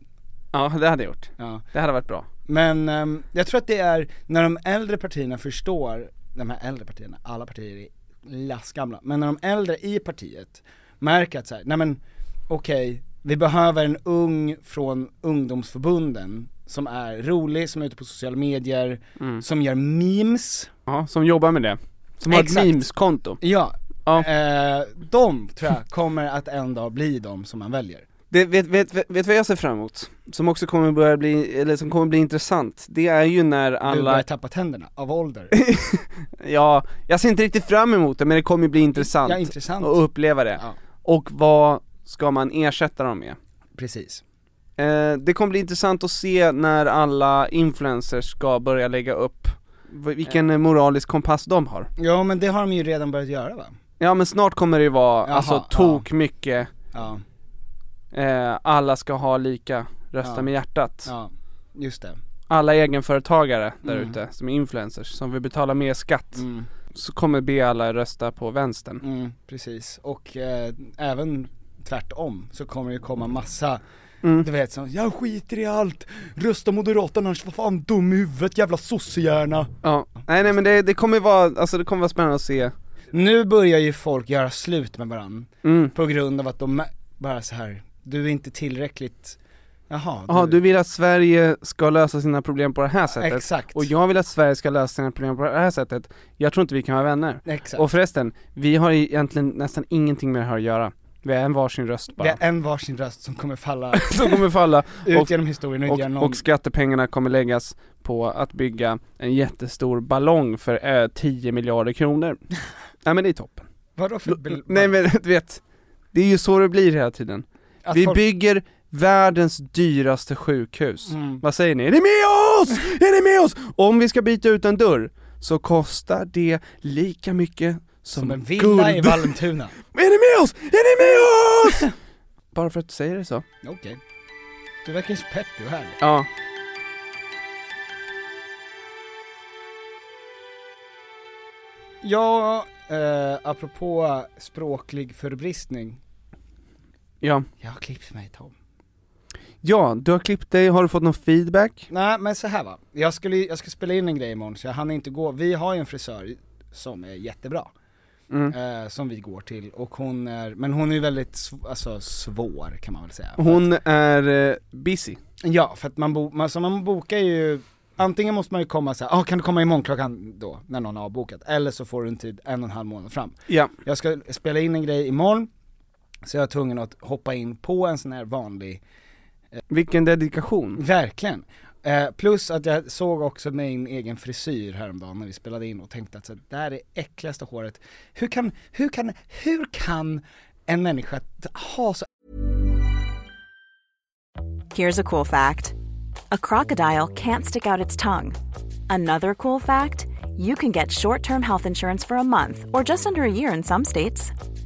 Ja, det hade jag gjort.
Ja.
Det hade varit bra.
Men ehm, jag tror att det är när de äldre partierna förstår, de här äldre partierna, alla partier är lastgamla, men när de äldre i partiet märker att så här, nej men okej, vi behöver en ung från ungdomsförbunden som är rolig, som är ute på sociala medier,
Mm.
som gör memes.
Ja, som jobbar med det. Som har
Exakt.
ett memes-konto.
Ja.
Ja.
Eh, de tror jag kommer att en dag bli de som man väljer.
Det, vet, vet, vet, vet vad jag ser fram emot? Som också kommer börja bli, eller som kommer bli intressant, det är ju när
Du
alla
börjar tappa tänderna, av ålder.
Ja, jag ser inte riktigt fram emot det men det kommer ju bli intressant,
Ja, intressant.
att uppleva det. Och vad ska man ersätta dem med?
Precis.
Eh, det kommer bli intressant att se när alla influencers ska börja lägga upp v- vilken eh, moralisk kompass de har.
Ja men det har de ju redan börjat göra va?
Ja men snart kommer det ju vara,
Jaha,
alltså tok mycket,
Ja.
eh, alla ska ha lika, rösta
Ja.
med hjärtat.
Ja, just det.
alla egenföretagare där
Mm.
ute som är influencers, som vill betala mer skatt, så kommer be alla rösta på vänstern.
Mm, precis. Och eh, även tvärtom så kommer det komma
Mm.
massa Du vet som, jag skiter i allt, rösta moderaterna annars vad fan dum i huvudet jävla sossehjärna
Ja, nej nej men det, det kommer vara, alltså det kommer vara spännande att se
Nu börjar ju folk göra slut med varandra
Mm.
på grund av att de mä- bara så här. du är inte tillräckligt, jaha,
Jaha, du vill att Sverige ska lösa sina problem på det här sättet?
Exakt.
Och jag vill att Sverige ska lösa sina problem på det här sättet. Jag tror inte vi kan vara vänner.
Exakt.
Och förresten, vi har egentligen nästan ingenting med det här att göra. Vi har en varsin röst bara.
det är en varsin röst som kommer falla
som kommer falla.
ut
Och-
genom historien och, inte göra någon
och, och skattepengarna kommer läggas på att bygga en jättestor ballong för eh, 10 miljarder kronor. Nej men det är toppen.
Vadå för bl-
Nej men du vet, det är ju så det blir hela tiden.
Att
Vi
folk-
bygger världens dyraste sjukhus.
Mm.
Vad säger ni? Är ni med oss? Är ni med oss? Om vi ska byta ut en dörr så kostar det lika mycket som,
som en villa i
guld.
Vallentuna.
Är ni med oss? Är ni med oss? Bara för att du säger det så.
Okej. Du verkar så peppig och härlig.
Ja.
Ja, eh, apropå språklig förbristning.
Ja.
Jag har klippt mig Tom.
Ja, du har klippt dig, har du fått någon feedback?
Nej men så här va, jag skulle, jag ska spela in en grej imorgon så jag hann inte gå, vi har ju en frisör som är jättebra.
Mm.
Eh, som vi går till och hon är, men hon är ju väldigt sv- alltså, svår kan man väl säga.
Hon är eh, busy.
Ja, för att man, bo, man, så man bokar ju, antingen måste man ju komma såhär, ah, kan du komma imorgon klockan då, när någon har avbokat, eller så får du en tid en och en halv månad fram.
Ja.
Jag ska spela in en grej imorgon, så jag är tvungen att hoppa in på en sån här vanlig
Vilken dedikation!
Verkligen! Eh, plus att jag såg också min egen frisyr häromdagen när vi spelade in och tänkte att så, det här är äckligaste håret. Hur kan, hur kan, hur kan en människa t- ha så
Here's a cool fact a crocodile can't stick out its tongue. Another cool fact you can get short term health insurance for a month or just under a year in some states.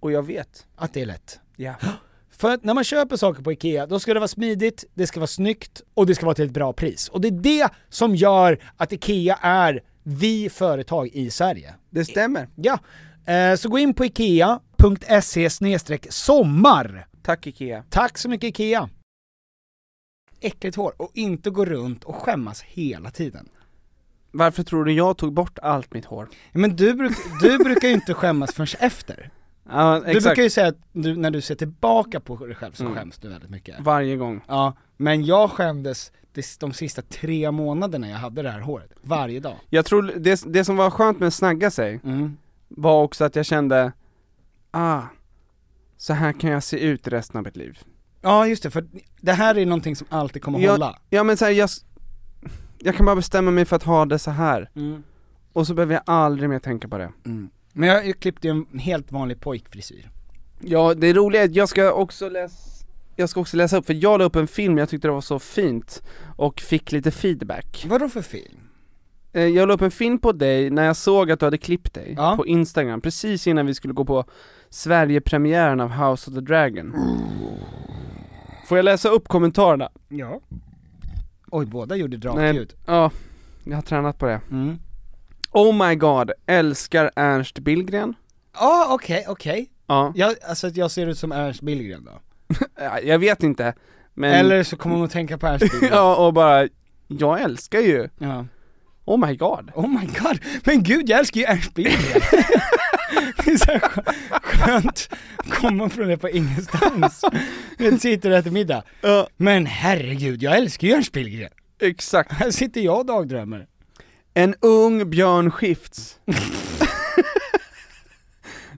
Och jag vet.
Att det är lätt.
Ja.
För att när man köper saker på IKEA, då ska det vara smidigt, det ska vara snyggt och det ska vara till ett bra pris. Och det är det som gör att IKEA är vi företag i Sverige.
Det stämmer.
Ja. Eh, Så gå in på IKEA.se E sommar.
Tack IKEA.
Tack så mycket IKEA.
äckligt hår och inte gå runt och skämmas hela tiden?
Varför tror du jag tog bort allt mitt hår?
Ja, Men du, bruk, du brukar ju inte skämmas förrän efter.
Ja,
Du brukar ju säga att du, när du ser tillbaka på dig själv så
Mm.
skäms du väldigt mycket.
Varje gång.
Ja, men jag skämdes, det- det, de sista tre månaderna jag hade det här håret, varje dag.
Jag tror det, det som var skönt med att snagga sig var också att jag kände, ah, så här kan jag se ut resten av mitt liv.
Ja just det, för det här är någonting som alltid kommer
jag,
hålla.
Ja men så här, jag, s- jag kan bara bestämma mig för att ha det så här.
Mm.
Och så behöver jag aldrig mer tänka på det.
Men jag, jag klippte ju en helt vanlig pojkfrisyr.
Ja, det roliga är att jag ska också läsa jag ska också läsa upp, för jag la upp en film jag tyckte det var så fint och fick lite feedback Eh,
Vadå för film?
Jag la upp en film på dig när jag såg att du hade klippt dig på Instagram, precis innan vi skulle gå på Sverigepremiären av House of the Dragon Får jag läsa upp kommentarerna?
Ja. Oj, båda gjorde Mm.
Nej,
drakljud.
Ja, jag har tränat på det Oh my god, älskar Ernst Billgren
Ja, okej, okej.
Ja.
Jag, alltså att jag ser ut som Ernst Billgren då?
Ja, Jag vet inte, men...
Eller så kommer hon att tänka på Ernst Billgren.
ja, och bara, jag älskar ju
Ja.
Oh my god
Oh my god, men gud jag älskar ju Ernst Billgren! det är så här skö- skönt att komma från det på ingenstans. Jag sitter och äter middag. Men herregud, jag älskar ju Ernst Billgren!
Exakt.
Här sitter jag och dagdrömmer.
En ung Björn Skifs.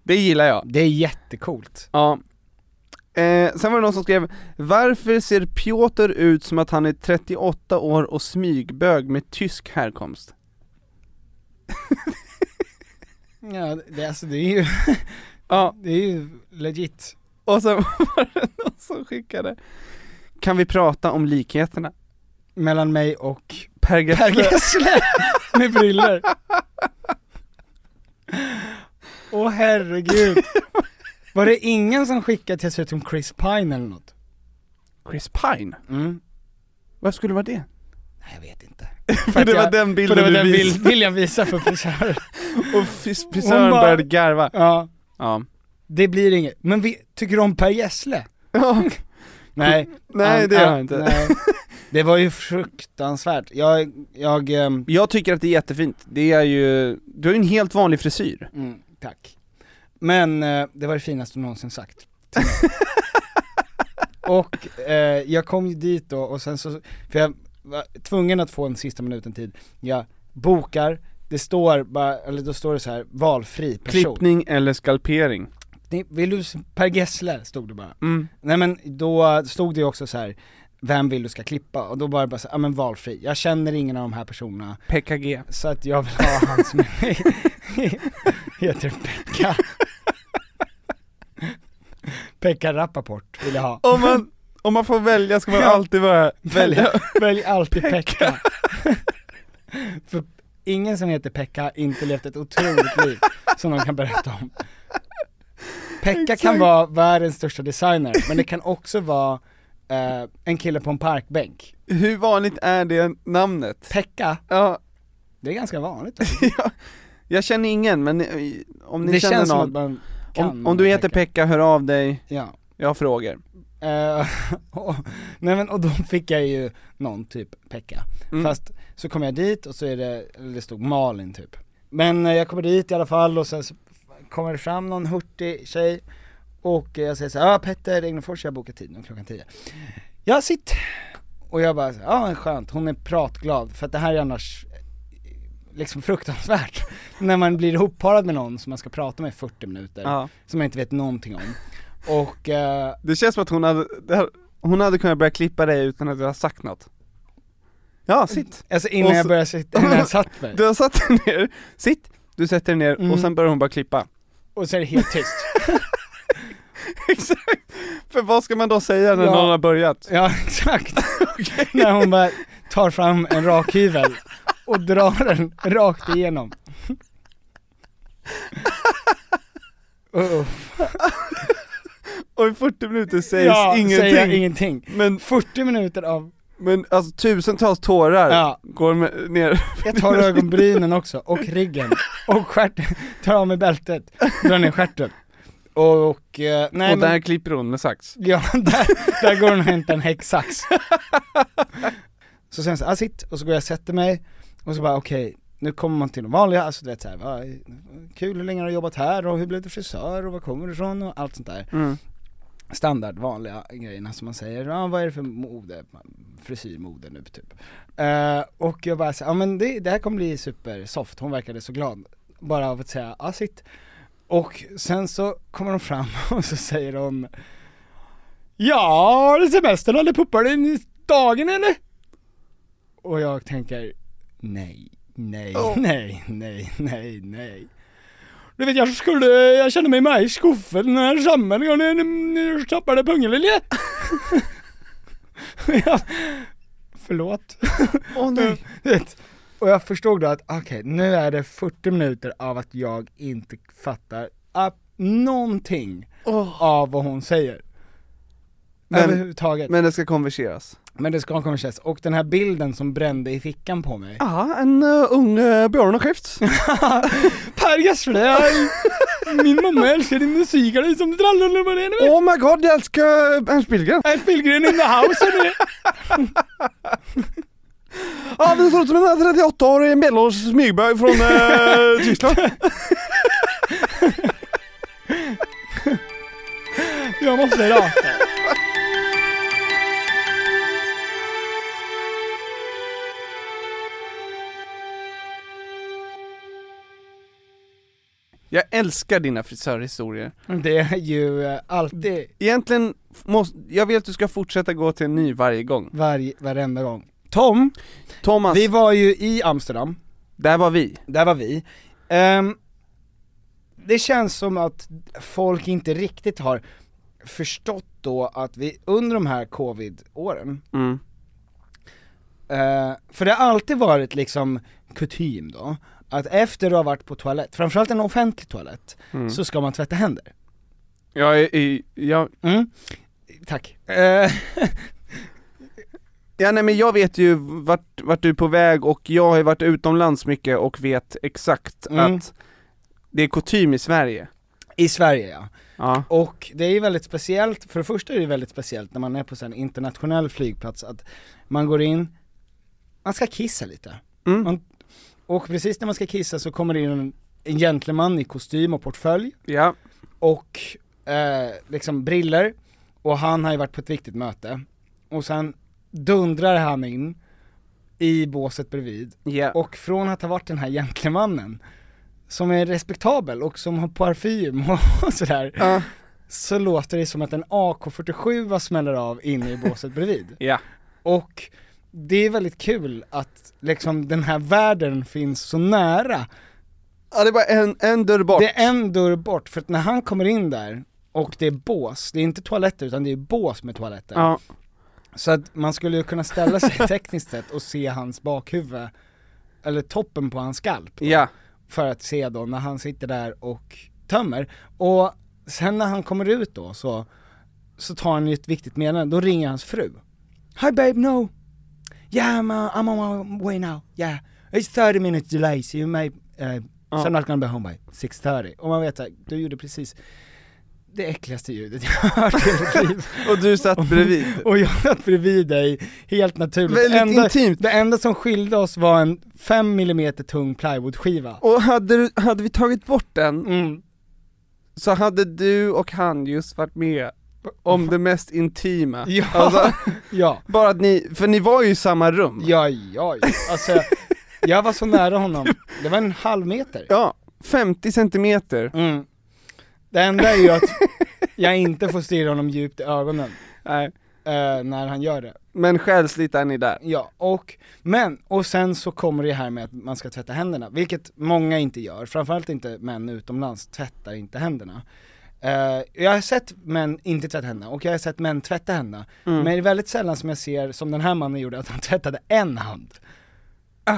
det gillar jag.
Det är jättecoolt.
Ja. Eh, sen var det någon som skrev, varför ser Piotr ut som att han är 38 år och smygbög med tysk härkomst?
Ja, det, alltså det är ju,
ja.
det är ju legit.
Och sen var det någon som skickade, kan vi prata om likheterna?
Mellan mig och
Per Gessle.
Per Gessle med briller. Åh herregud. Var det ingen som skickade till sig som Chris Pine eller något?
Chris Pine?
Mm.
Vad skulle det vara det?
För att
det var
jag-
den bilden
för det
du
var den bild,
visade.
bild jag visade för frisören.
Och fris- frisören började garva.
Ja.
Ja.
Det blir inget. Men vi, tycker du om Per Gessle?
Ja.
nej.
Nej, det gör jag inte.
nej. Det var ju fruktansvärt. Jag, jag... ehm,
Jag tycker att det är jättefint, det är ju, du har ju en helt vanlig frisyr
Mm, tack. Men eh, det var det finaste du någonsin sagt. till mig. och eh, jag kom ju dit då och sen så, för jag var tvungen att få en sista minuten tid. Jag bokar, det står bara, eller då står det så här valfri person.
Klippning eller skalpering?
Ni- Vill du, Per Gessle stod det bara.
Mm.
Nej men då stod det ju också så här. vem vill du ska klippa? Och då var det bara så här, ja men valfri. Jag känner ingen av de här personerna.
Pekka G
Så att jag vill ha han som heter Pekka Pekka Rappaport vill jag ha
Om man, om man får välja ska man alltid vara, välja
Välj alltid Pekka För ingen som heter Pekka har inte levt ett otroligt liv som de kan berätta om Pekka kan vara världens största designer, men det kan också vara eh, en kille på en parkbänk
Hur vanligt är det namnet?
Pekka?
Ja,
Det är ganska vanligt
jag känner ingen men eh, om ni
Det
känner
känns som att
någon,
man kan
om, om du heter Pekka, hör av dig,
Ja
jag har frågor
Eh, och, nej men och då fick jag ju någon typ Pekka. Fast så kom jag dit och så är det, eller det stod Malin typ. Men eh, jag kommer dit i alla fall och sen så kommer det fram någon hurtig tjej och eh, jag säger så här, ja ah, Petter Egnefors jag bokar tid nu klockan 10. Ja sitt! Och jag bara, så här, ja ah, men skönt, hon är pratglad för att det här är annars eh, liksom fruktansvärt. När man blir ihopparad med någon som man ska prata med i 40 minuter,
Ja.
som man inte vet någonting om. Och eh,
Det känns som att hon hade, det här, hon hade kunnat börja klippa dig utan att du har sagt något Ja, sitt!
Alltså innan
Och så-
jag började sitta, innan jag satt mig.
Du har satt dig ner, sitt, du sätter dig ner
Mm.
och sen börjar hon bara klippa
Och så är det helt tyst.
Exakt! För vad ska man då säga när
Ja.
någon har börjat?
ja exakt. När hon bara tar fram en rakhyvel och drar den rakt igenom. Uh,
Och i 40 minuter sägs
ja,
ingenting.
säger jag ingenting.
Men,
40 minuter av,
men alltså tusentals tårar
Ja.
går med, ner.
jag tar ögonbrynen också och ryggen och stjärten, tar av mig bältet, drar ner stjärten. Och, eh, nej
och
men,
där klipper hon med sax.
Ja, där, där går hon och hämtar en häcksax. så sen så, ah, sitt, och så går jag och sätter mig, och så bara okej, nu kommer man till de vanliga, alltså du vet såhär, va, kul hur länge har du jobbat här och hur blev du frisör och var kommer du ifrån och allt sånt där. standard, vanliga grejerna som man säger, ah, vad är det för mode, frisyrmode nu typ. Eh, och jag bara, så, ja ah, men det, det här kommer bli supersoft, hon verkade så glad, bara av att säga, ah sitt. Och sen så kommer de fram och så säger de, ja har du semestern eller puppar du i dagen eller? Och jag tänker, nej, nej, nej, nej, nej, nej. Du vet jag skulle, jag kände mig med i skuffen när samman jag när- när jag tappade pungelilje. jag, förlåt.
Åh, nej.
Du vet, och jag förstod då att okej, nu är det 40 minuter av att jag inte fattar ab- någonting av vad hon säger.
Men-
Överhuvudtaget.
Men det ska konverseras.
Men det ska konverseras, och den här bilden som brände i fickan på mig
Ja, en
eh,
uh, ung uh, björnskift.
Per Gessle, min mamma älskar din musik, är det som trallollebarnen?
Oh my god, jag älskar Ernst Billgren!
Ernst Billgren in the house hörni!
Ja, det ser ut som en 38-årig medelålders smygbög från eh, Tyskland.
Jag måste raka.
Jag älskar dina frisörhistorier.
Det är ju eh, alltid,
Egentligen, måste, jag vill att du ska fortsätta gå till en ny varje gång.
varje, varenda gång Tom,
Thomas,
vi var ju i Amsterdam
där var vi.
Där var vi. Ehm, det känns som att folk inte riktigt har förstått då att vi under de här covid-åren,
Mm.
eh, för det har alltid varit liksom kutym då, att efter du har varit på toalett, framförallt en offentlig toalett,
Mm.
så ska man tvätta händer.
Jag, är i- jag,
Mm. Tack. Eh,
Ja nej men jag vet ju vart, vart du är på väg och jag har ju varit utomlands mycket och vet exakt
Mm.
att det är kutym i Sverige.
I Sverige ja.
Ja.
Och det är ju väldigt speciellt, för det första är det väldigt speciellt när man är på så här en internationell flygplats att man går in, man ska kissa lite. Man, och precis när man ska kissa så kommer det in en, en gentleman i kostym och portfölj
Ja.
och eh, liksom briller och han har ju varit på ett viktigt möte. Och sen dundrar han in i båset bredvid
Ja.
och från att ha varit den här gentlemannen som är respektabel och som har parfym och sådär så låter det som att en AK47 smäller av inne i båset bredvid.
Ja.
Och det är väldigt kul att liksom den här världen finns så nära.
Ja det är bara en, en dörr bort.
Det är en dörr bort, för att när han kommer in där och det är bås, det är inte toaletter utan det är bås med toaletter.
Ja.
Så att man skulle ju kunna ställa sig tekniskt sett och se hans bakhuvud, eller toppen på hans skalp. då.
Ja.
För att se då när han sitter där och tömmer. Och sen när han kommer ut då så, så tar han ju ett viktigt meddelande, då ringer hans fru. Hi babe, no. Yeah I'm, uh, I'm on my way now, yeah. It's 30 minutes delay so you may, uh, so I'm not gonna be home by 6.30. Och man vet att du gjorde precis det äckligaste ljudet jag har hört i hela mitt liv.
Och du satt bredvid.
Och jag satt bredvid dig, helt naturligt.
Väldigt
det enda,
intimt.
Det enda som skilde oss var en 5 mm tung plywoodskiva.
Och hade, du- hade vi tagit bort den
Mm.
så hade du och han just varit med om det mest intima.
Ja.
Alltså,
Ja,
bara att ni, för ni var ju i samma rum.
ja, ja, ja. alltså jag var så nära honom, det var en halv meter.
Ja, 50 centimeter.
Mm. Det enda är ju att jag inte får stirra honom djupt i ögonen
Nej.
eh, när han gör det.
Men själsligt är ni där.
Ja, och, men, och sen så kommer det här med att man ska tvätta händerna, vilket många inte gör, framförallt inte män utomlands tvättar inte händerna. Eh, jag har sett män inte tvätta händerna, och jag har sett män tvätta händerna,
Mm.
men det är väldigt sällan som jag ser, som den här mannen gjorde, att han tvättade en hand.
Ah.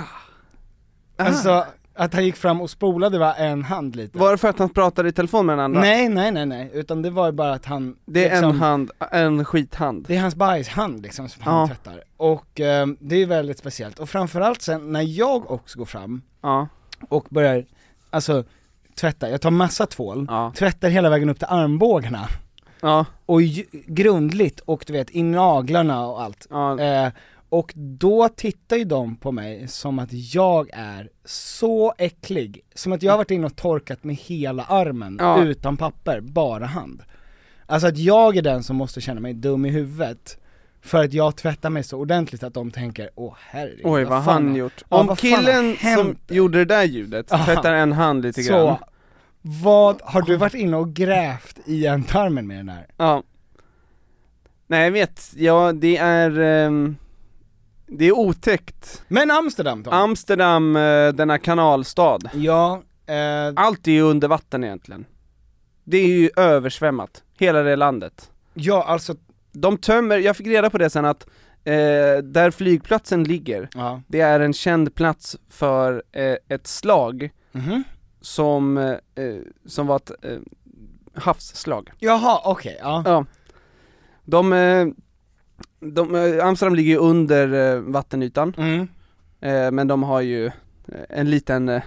Alltså, att han gick fram och spolade var en hand lite.
Var det för att han pratade i telefon med den andra?
Nej, nej, nej, nej, utan det var ju bara att han
Det är en
liksom-
hand, en skithand.
det är hans bajshand liksom som han
Ja.
tvättar. Och eh, det är väldigt speciellt. Och framförallt sen när jag också går fram
Ja.
och börjar, alltså tvätta, jag tar massa tvål,
Ja.
tvättar hela vägen upp till armbågarna.
Ja.
Och ju, grundligt och du vet, i naglarna och allt.
Ja.
Eh, och då tittar ju de på mig som att jag är så äcklig, som att jag har varit inne och torkat med hela armen
Ja.
utan papper, bara hand. Alltså att jag är den som måste känna mig dum i huvudet för att jag tvättar mig så ordentligt att de tänker, åh herregud
Oj vad
fan
han
har-
gjort.
Ja,
Om
vad fan har
killen som
hänt?
gjorde det där ljudet
Aha.
tvättar en hand lite
Så.
grann.
Vad, har du varit inne och grävt i ändtarmen med den här?
Ja. Nej jag vet, ja det är, ehm, det är otäckt.
Men Amsterdam då?
Amsterdam, eh, denna kanalstad.
Ja. eh,
Allt är ju under vatten egentligen. Det är ju översvämmat, hela det landet.
Ja alltså.
De tömmer, jag fick reda på det sen att eh, där flygplatsen ligger,
Ja.
det är en känd plats för eh, ett slag
Mhm.
som, eh, eh, som var ett eh, havsslag.
Jaha, okej, ja.
ja. De, eh, de, eh, Amsterdam ligger ju under eh, vattenytan, eh, men de har ju eh, en liten eh,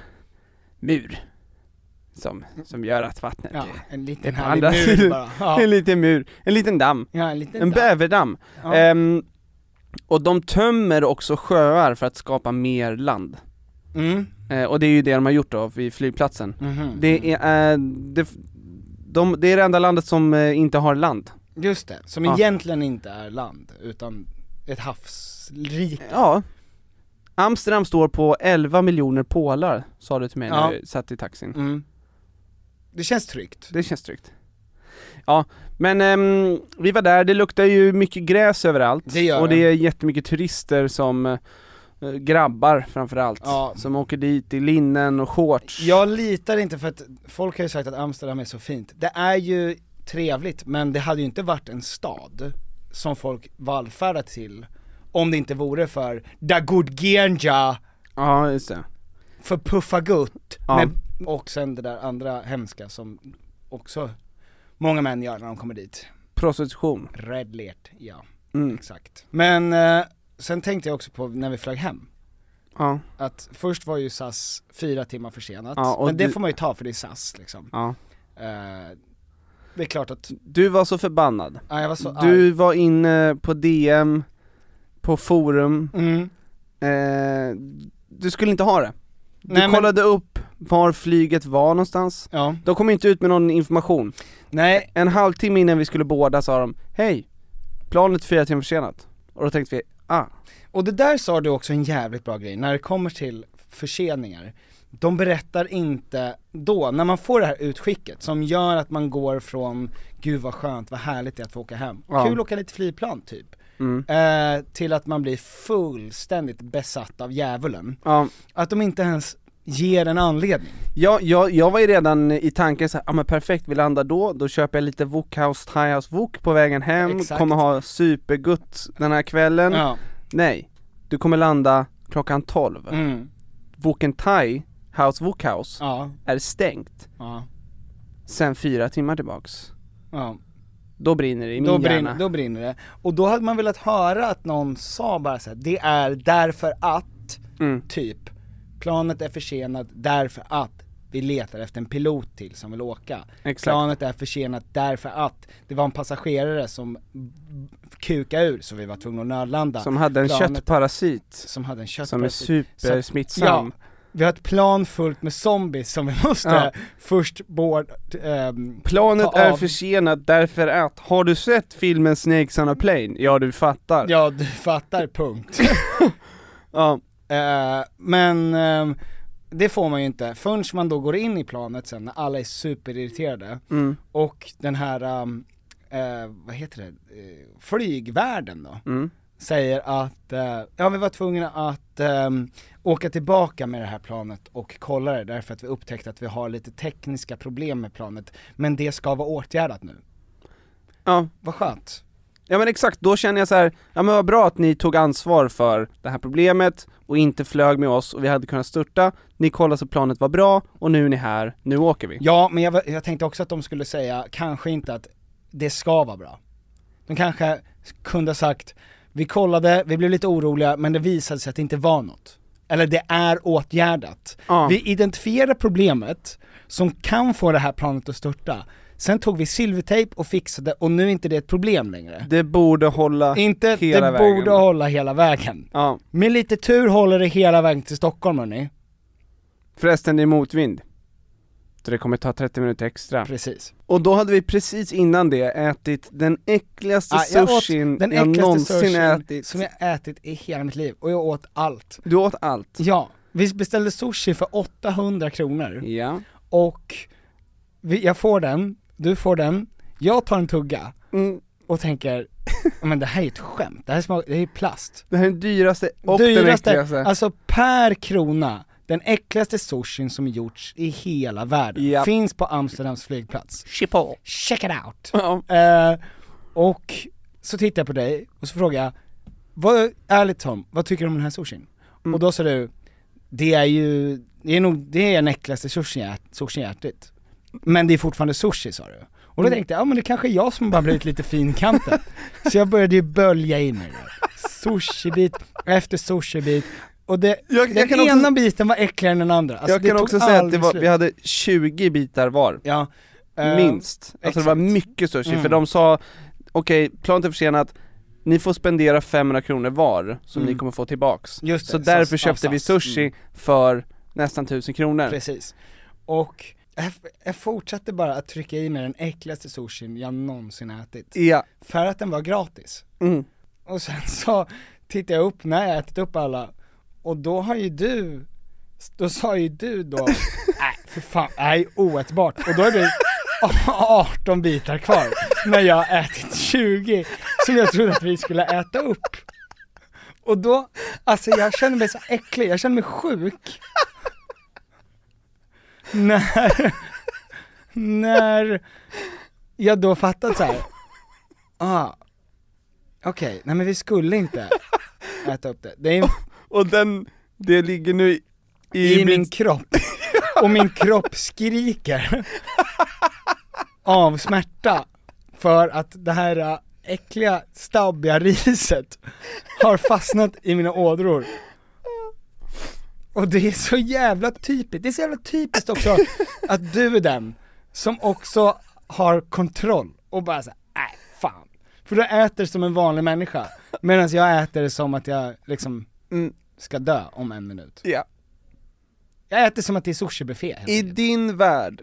mur som, som gör att vattnet
Ja,
är-
en liten
är på
härlig
andra
mur
sidan.
bara. Ja.
En liten mur, en liten damm.
Ja, en liten damm.
bäverdamm.
Ja.
Ehm, och de tömmer också sjöar för att skapa mer land.
Mm.
Eh, och det är ju det de har gjort då vid flygplatsen.
Mhm.
Det, är, eh, det, de, det är det enda landet som eh, inte har land.
Just det, som
Ja.
egentligen inte är land, utan ett havsrike
Ja. Amsterdam står på 11 miljoner pålar, sa du till mig
Ja.
när vi satt i taxin.
Det känns tryggt.
Det känns tryggt. Ja, men ehm, vi var där, det luktar ju mycket gräs överallt.
Det gör
och
det.
det är jättemycket turister som, eh, grabbar framförallt,
Ja.
som åker dit i linnen och shorts.
Jag litar inte för att folk har ju sagt att Amsterdam är så fint. Det är ju trevligt, men det hade ju inte varit en stad som folk vallfärdar till om det inte vore för Dagudgenja
Ja, just det.
För Puffa Gutt,
Ja.
med, och sen det där andra hemska som också många män gör när de kommer dit.
Prostitution.
Räddlert, ja.
Mm.
Exakt. Men eh, sen tänkte jag också på när vi flög hem.
Ja.
Att först var ju SAS fyra timmar försenat,
Ja, och
men det
du-
får man ju ta för det är SAS liksom.
Ja.
Eh, det är klart att,
Du var så förbannad.
Ja, jag var så
du
arg.
var inne på DM, på forum,
Mm.
eh, du skulle inte ha det. Du
Nej, men-
kollade upp var flyget var någonstans,
ja.
de kom inte ut med någon information.
Nej.
En halvtimme innan vi skulle båda sa de, hej, planet är fyra timmar försenat. Och då tänkte vi, ah.
och det där sa du också en jävligt bra grej, när det kommer till förseningar, de berättar inte då, när man får det här utskicket som gör att man går från, gud vad skönt, vad härligt det är att få åka hem,
Ja.
kul att åka lite flygplan typ,
Mm.
eh, till att man blir fullständigt besatt av djävulen.
Ja.
Att de inte ens ger en anledning.
Jag, jag, jag var ju redan i tanken så här, ah, men perfekt, vi landar då, då köper jag lite Wokhouse Thaihouse Wok på vägen hem,
Exakt.
kommer ha supergutt den här kvällen.
Ja.
Nej, du kommer landa klockan 12.
Mm.
Woken Thai House Wokhouse
Ja.
är stängt
Ja.
sen fyra timmar tillbaks.
Ja.
Då brinner det i min
Då
hjärna.
brinner, då brinner det. Och då hade man velat höra att någon sa bara så här, det är därför att,
Mm.
typ, planet är försenat därför att vi letar efter en pilot till som vill åka.
Exakt.
Planet är försenat därför att det var en passagerare som kukade ur så vi var tvungna att nödlanda.
Som hade en
Planet-
köttparasit.
Som hade en
Som är
köttparasit.
supersmittsam.
Så- Ja, vi har ett plan fullt med zombies som vi måste
Ja.
först board, ehm,
Planet
ta
är
av.
försenat därför att, har du sett filmen Snakes on a plane? Ja du fattar.
Ja, du fattar, punkt.
ja.
eh, men ehm, det får man ju inte förrän man då går in i planet sen när alla är superirriterade
Mm.
och den här, ehm, eh, vad heter det, eh, flygvärden då,
Mm.
säger att, eh, ja vi var tvungna att ehm, åka tillbaka med det här planet och kolla det därför att vi upptäckte att vi har lite tekniska problem med planet, men det ska vara åtgärdat nu.
Ja.
Vad skönt.
Ja men exakt, då känner jag så här, ja men vad bra att ni tog ansvar för det här problemet och inte flög med oss och vi hade kunnat störta, ni kollade så planet var bra och nu är ni här, nu åker vi.
Ja, men jag, var- jag tänkte också att de skulle säga, kanske inte att det ska vara bra. De kanske kunde ha sagt, vi kollade, vi blev lite oroliga, men det visade sig att det inte var något. Eller det är åtgärdat. Vi identifierar problemet som kan få det här planet att störta. Sen tog vi silvertejp och fixade och nu är inte det ett problem längre.
Det borde hålla
Inte,
hela
det
vägen.
borde hålla hela vägen.
Ja.
Med lite tur håller det hela vägen till Stockholm hörni.
Förresten det är motvind. minuter, det kommer ta 30 minuter extra.
Precis.
Och då hade vi precis innan det ätit den äckligaste
Ah, jag åt
sushin
den
jag
äckligaste
någonsin
sushin
ätit.
som jag ätit i hela mitt liv, och jag åt allt.
Du åt allt?
Ja. Vi beställde sushi för 800 kronor.
Ja.
Och vi, jag får den, du får den, jag tar en tugga
Mm.
och tänker, "Ja, men det här är ett skämt, det här smakar, det är plast.
Det här är den dyraste och den äckligaste.
Alltså per krona, den äckligaste sushin som gjorts i hela världen.
Japp.
Finns på Amsterdams flygplats.
Chipo.
Check it out! Eh, och så tittar jag på dig och så frågar jag, vad, ärligt Tom, vad tycker du om den här sushin?
Mm.
Och då sa du, det är ju, det är nog, det är den äckligaste sushin jag, ät- sushin jag ätit. Men det är fortfarande sushi sa du. Och då
Mm.
tänkte jag, ja men det kanske är jag som bara blivit lite finkantad. Så jag började ju bölja in i det. Sushibit efter sushibit. Och det, den
jag kan också-
ena biten var äckligare än den andra. Alltså,
jag
det
kan
tog
också säga att det
aldrig
var,
slut.
vi hade 20 bitar var.
Ja. Eh,
Minst. Alltså det var mycket sushi,
Mm.
för de sa, okej, planet är försenat, ni får spendera 500 kronor var som
Mm.
ni kommer få tillbaks.
Just
Så
det,
därför
SAS-
köpte
av
vi
SAS.
sushi
Mm.
för nästan 1000 kronor.
Precis. Och jag, jag fortsatte bara att trycka i mig den äckligaste sushin jag någonsin ätit.
Ja.
För att den var gratis.
Mm.
Och sen så tittade jag upp när jag ätit upp alla, och då har ju du, då sa ju du då, nej för fan, nej oätbart. Och då är det 18 bitar kvar, när jag har ätit 20 som jag trodde att vi skulle äta upp. Och då, alltså jag känner mig så äcklig, jag känner mig sjuk. När, när jag då fattat så här. ah, okej, nej men vi skulle inte äta upp det. det är,
och den, det ligger nu i,
min, kropp, och min kropp skriker av smärta för att det här äh, äckliga, stabbiga riset har fastnat i mina ådror. Och det är så jävla typiskt, det är så jävla typiskt också att du är den som också har kontroll och bara såhär, nej fan. För du äter som en vanlig människa, medan jag äter som att jag liksom ska dö om en minut.
Ja.
Jag äter som att det är sushibuffé helt
I
enkelt.
din värld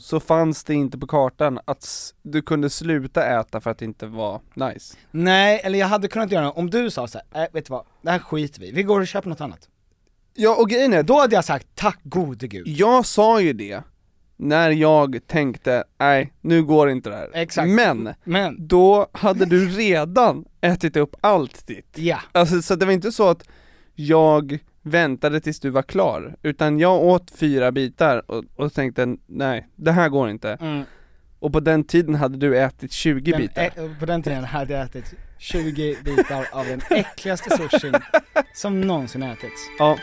så fanns det inte på kartan att s- du kunde sluta äta för att det inte var nice.
Nej, eller jag hade kunnat göra det om du sa såhär, äh, vet du vad, det här skiter vi i. vi går och köper något annat.
Ja och grejen är,
då hade jag sagt tack gode gud.
Jag sa ju det när jag tänkte, nej nu går inte det här.
Exakt.
Men,
Men.
då hade du redan ätit upp allt ditt.
Ja.
Alltså så det var inte så att jag väntade tills du var klar, utan jag åt fyra bitar och, och tänkte, nej det här går inte.
Mm.
Och på den tiden hade du ätit 20
Den,
bitar.
ä- på den tiden hade jag ätit 20 bitar av den äckligaste sushin som någonsin ätits.
Ja.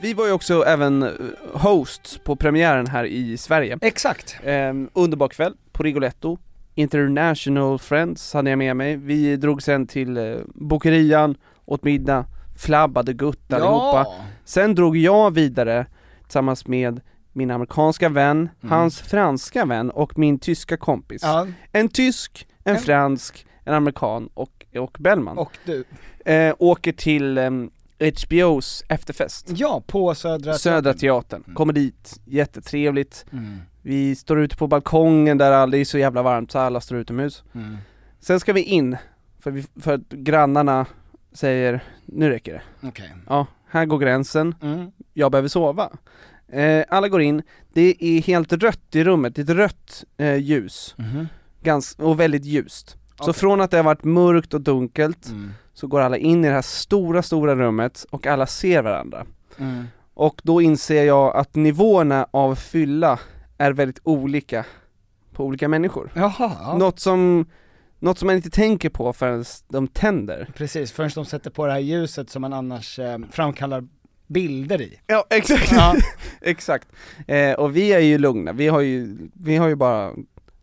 Vi var ju också även eh, hosts på premiären här i Sverige. Ehm,
Exakt.
underbar kväll på Rigoletto. International Friends hade jag med mig. Vi drog sen till eh, Bokerian, åt middag, flabbade gött allihopa. Sen drog jag vidare tillsammans med min amerikanska vän, hans franska vän och min tyska kompis.
Ja.
En tysk, en fransk, en amerikan och, och Bellman.
Och du.
Eh, åker till ehm, HBO's efterfest.
Ja, på Södra
Södra Teatern. Mm. Kommer dit, jättetrevligt.
Mm.
Vi står ute på balkongen där alla- det är så jävla varmt så alla står utomhus.
Mm.
Sen ska vi in, för, vi, för att grannarna säger nu räcker det.
Okej.
Ja, här går gränsen,
Mm.
jag behöver sova. Eh, alla går in, det är helt rött i rummet, det är ett rött eh, ljus.
Mhm.
Gans- och väldigt ljust. Så från att det har varit mörkt och dunkelt,
Mm.
så går alla in i det här stora, stora rummet och alla ser varandra.
Mm.
Och då inser jag att nivåerna av fylla är väldigt olika på olika människor.
Jaha.
Något som, något som man inte tänker på förrän de tänder.
Precis, förrän de sätter på det här ljuset som man annars eh, framkallar bilder i.
Ja, exakt. exakt. Eh, och vi är ju lugna, vi har ju, vi har ju bara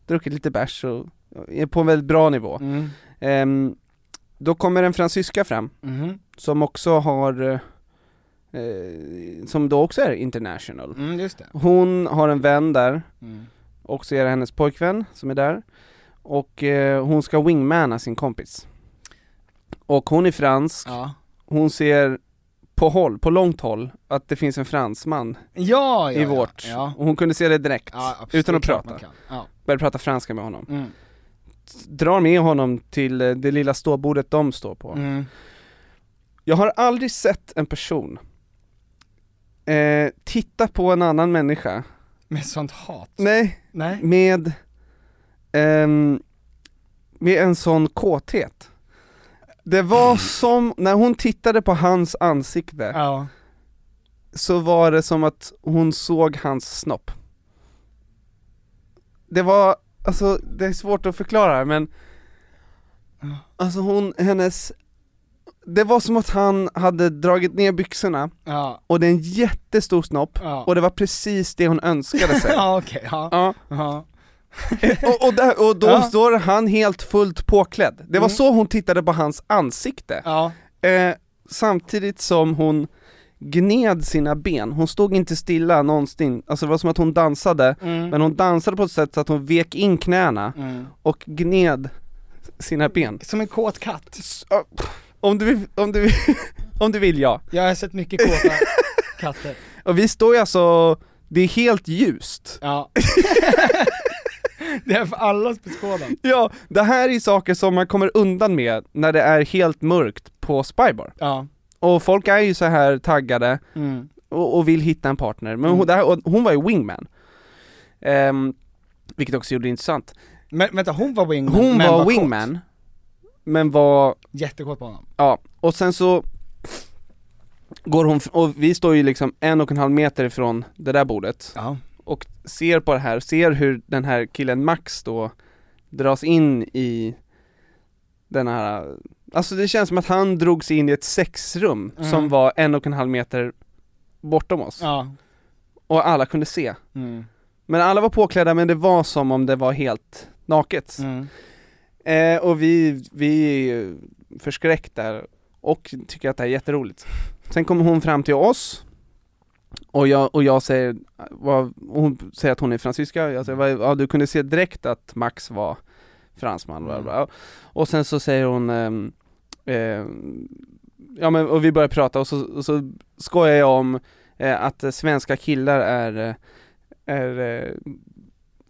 druckit lite bärs och och är på en väldigt bra nivå.
Mm.
Ehm, då kommer en fransyska fram,
Mhm.
som också har, eh, eh, som då också är international.
Mm, just det.
Hon har en vän där,
Mm.
och så är det hennes pojkvän som är där, och eh, hon ska wingmana sin kompis. Och hon är fransk,
Ja.
hon ser på håll, på långt håll, att det finns en fransman
Ja, ja,
i
ja,
vårt.
ja.
Och hon kunde se det direkt,
Ja, absolut,
utan att
det är klart
prata.
man kan. Ja.
Började prata franska med honom.
Mm.
Drar med honom till eh, det lilla ståbordet de står på.
Mm.
Jag har aldrig sett en person eh, titta på en annan människa
Med sånt hat.
Nej, med, ehm, med en sån kåthet. Det var som, när hon tittade på hans ansikte, så var det som att hon såg hans snopp. Det var, alltså det är svårt att förklara men, alltså hon, hennes, det var som att han hade dragit ner byxorna,
Ja.
och det är en jättestor snopp,
Ja.
och det var precis det hon önskade sig.
ja okej, ja.
Ja.
ja.
och, och, där, och då
Ja. Mm.
står han helt fullt påklädd. Det var så hon tittade på hans ansikte. Eh, samtidigt som hon gned sina ben, hon stod inte stilla någonsin, alltså det var som att hon dansade,
Mm.
men hon dansade på ett sätt så att hon vek in knäna
Mm.
och gned sina ben.
Som en kåt katt.
Om du vill, om du vill, om du vill ja.
Jag har sett mycket kåta katter.
Och vi står ju alltså, det är helt ljust.
Ja. det är för allas beskådan.
Ja, det här är saker som man kommer undan med när det är helt mörkt på Spybar.
Ja.
Och folk är ju så här taggade
Mm.
och, och vill hitta en partner, men
Mm.
hon, det här, och hon var ju wingman. Ehm, vilket också gjorde det intressant.
Men vänta, hon var wingman
Hon
men
var,
kåt.
wingman, men var,
Jättekåt på honom.
ja, och sen så går hon, f- och vi står ju liksom en och en halv meter ifrån det där bordet. Och ser på det här, ser hur den här killen Max då dras in i den här, alltså det känns som att han drogs in i ett sexrum
Mm.
som var en och en halv meter bortom oss.
Ja.
Och alla kunde se.
Mm.
Men alla var påklädda men det var som om det var helt naket.
Mm.
Eh, och vi, vi är ju förskräckta och tycker att det här är jätteroligt. Sen kommer hon fram till oss och jag, och jag säger, vad, och hon säger att hon är fransyska, jag säger, vad, ja, du kunde se direkt att Max var fransman. Bla, bla. Och sen så säger hon, ehm, ehm, ja men och vi börjar prata och så, och så skojar jag om eh, att eh, svenska killar är, eh, är eh,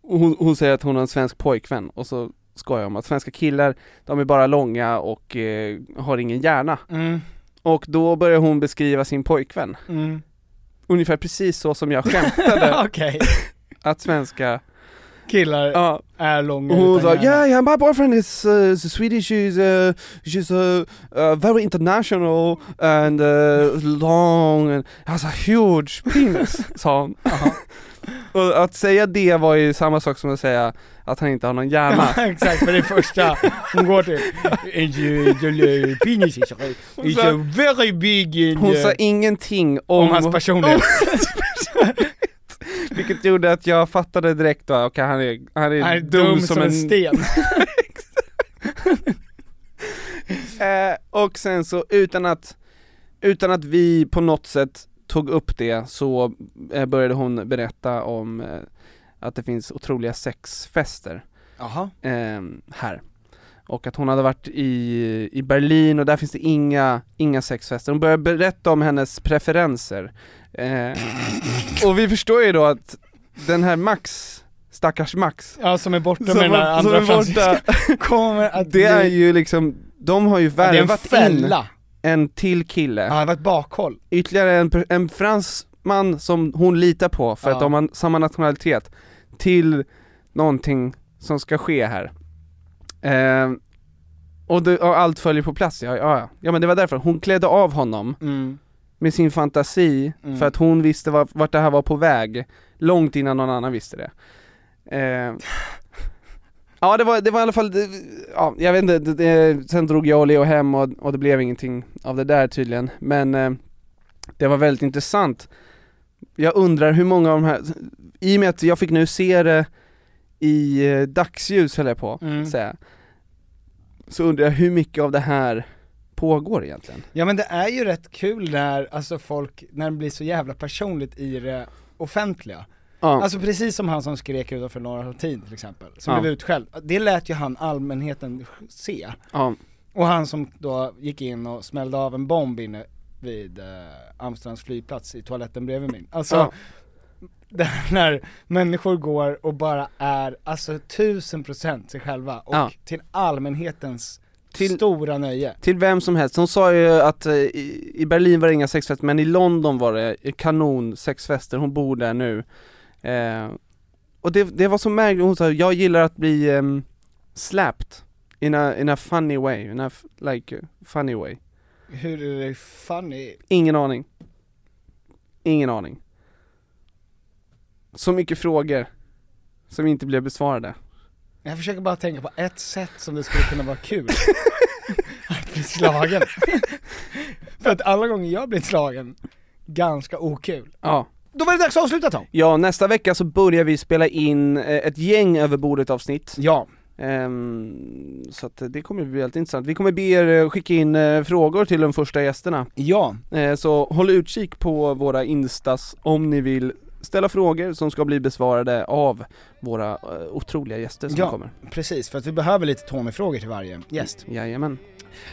hon, hon säger att hon har en svensk pojkvän och så skojar jag om att svenska killar, de är bara långa och eh, har ingen hjärna.
Mm.
Och då börjar hon beskriva sin pojkvän.
Mm.
Ungefär precis så som jag skämtade
Okej.
att svenska
Killar
ja.
är långa
Och hon
utan
sa
hjärna.
yeah, yeah, my boyfriend is uh, is Swedish, she's, uh, she's uh, uh, very international and uh, long and has a huge penis, sa hon. Och att säga det var ju samma sak som att säga att han inte har någon hjärna.
Ja, exakt, för det första hon går till And you, you, you, penis is, is a very big in
Hon
the-
sa ingenting om,
Om hans personlighet.
om hans personlighet. Vilket gjorde att jag fattade direkt va, okej han är, han är,
Han är dum som en sten.
Eh, och sen så utan att, utan att vi på något sätt tog upp det så eh, började hon berätta om eh, att det finns otroliga sexfester
Jaha.
eh, här. Och att hon hade varit i, i Berlin och där finns det inga, inga sexfester. Hon började berätta om hennes preferenser. Eh, och vi förstår ju då att den här Max, stackars Max,
Ja som är borta
Som
med den
är-
där
som
andra
är borta.
fransiskan. Kommer att
det är
bli-
ju liksom, de har ju
det är en
värvat in
fälla.
en till kille.
Ja det var ett bakhåll.
Ytterligare en, per- en fransman som hon litar på för att
Ja.
de har samma nationalitet, till någonting som ska ske här. Eh, och, det, och allt följer på plats, ja, ja, ja. ja men det var därför, hon klädde av honom
Mm.
med sin fantasi
Mm.
för att hon visste var, vart det här var på väg långt innan någon annan visste det. Eh, ja det var, det var i alla fall, det, ja jag vet inte, det, det, sen drog jag och Leo hem och, och det blev ingenting av det där tydligen, men eh, det var väldigt intressant. Jag undrar hur många av de här, i och med att jag fick nu se det i eh, dagsljus höll jag på
Mm.
att säga, så undrar jag hur mycket av det här pågår egentligen?
Ja men det är ju rätt kul när, alltså folk, när det blir så jävla personligt i det offentliga.
Ja.
Alltså precis som han som skrek utanför Norra Latin till exempel, som
Ja.
blev utskälld. Det lät ju han allmänheten se.
Ja.
Och han som då gick in och smällde av en bomb inne vid eh, Amsterdams flygplats i toaletten bredvid min. Alltså,
Ja.
där när människor går och bara är, alltså tusen procent sig själva och
Ja.
till allmänhetens stora nöje.
Till vem som helst, hon sa ju att eh, i i Berlin var det inga sexfester men i London var det kanon sexfester, hon bor där nu eh, Och det, det var så märkligt, hon sa jag gillar att bli ehm, slapped in a, in a funny way, in a f- like eh, funny way
Hur är det funny?
Ingen aning Ingen aning Så mycket frågor som inte blev besvarade
Jag försöker bara tänka på ett sätt som det skulle kunna vara kul Att bli slagen För att alla gånger jag blir slagen, ganska okul
Ja
Då var det dags att avsluta Tom!
Ja, nästa vecka så börjar vi spela in eh, ett gäng över bordet avsnitt.
Ja.
så att eh, det kommer bli väldigt intressant. Vi kommer be er eh, skicka in eh, frågor till de första gästerna. Eh,
Ja.
så håll utkik på våra instas om ni vill ställa frågor som ska bli besvarade av våra eh, otroliga gäster som
Ja,
kommer.
precis, för att vi behöver lite Tony-frågor till varje gäst
Jajamän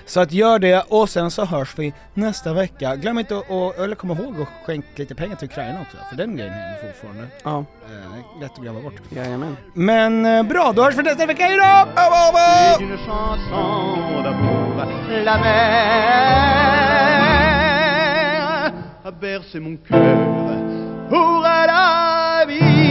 Så att gör det, och sen så hörs vi nästa vecka Glöm inte att, och, eller kom ihåg att skänka lite pengar till Ukraina också, för den grejen händer fortfarande
Ja
eh, Lätt att glömma bort
Jajamän
Men eh, bra, då hörs vi nästa vecka, hejdå!
C'est une chanson d'amour. La mer a bercé mon cœur pour la vie.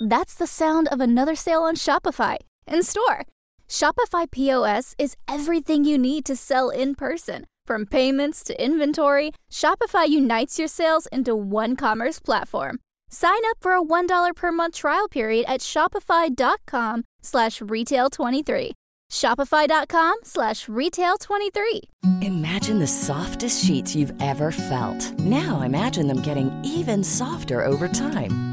That's the sound of another sale on Shopify in store. Shopify POS is everything you need to sell in person. From payments to inventory, Shopify unites your sales into one commerce platform. Sign up for a $1 per month trial period at shopify.com slash retail23. Shopify.com slash retail23.
Imagine the softest sheets you've ever felt. Now imagine them getting even softer over time.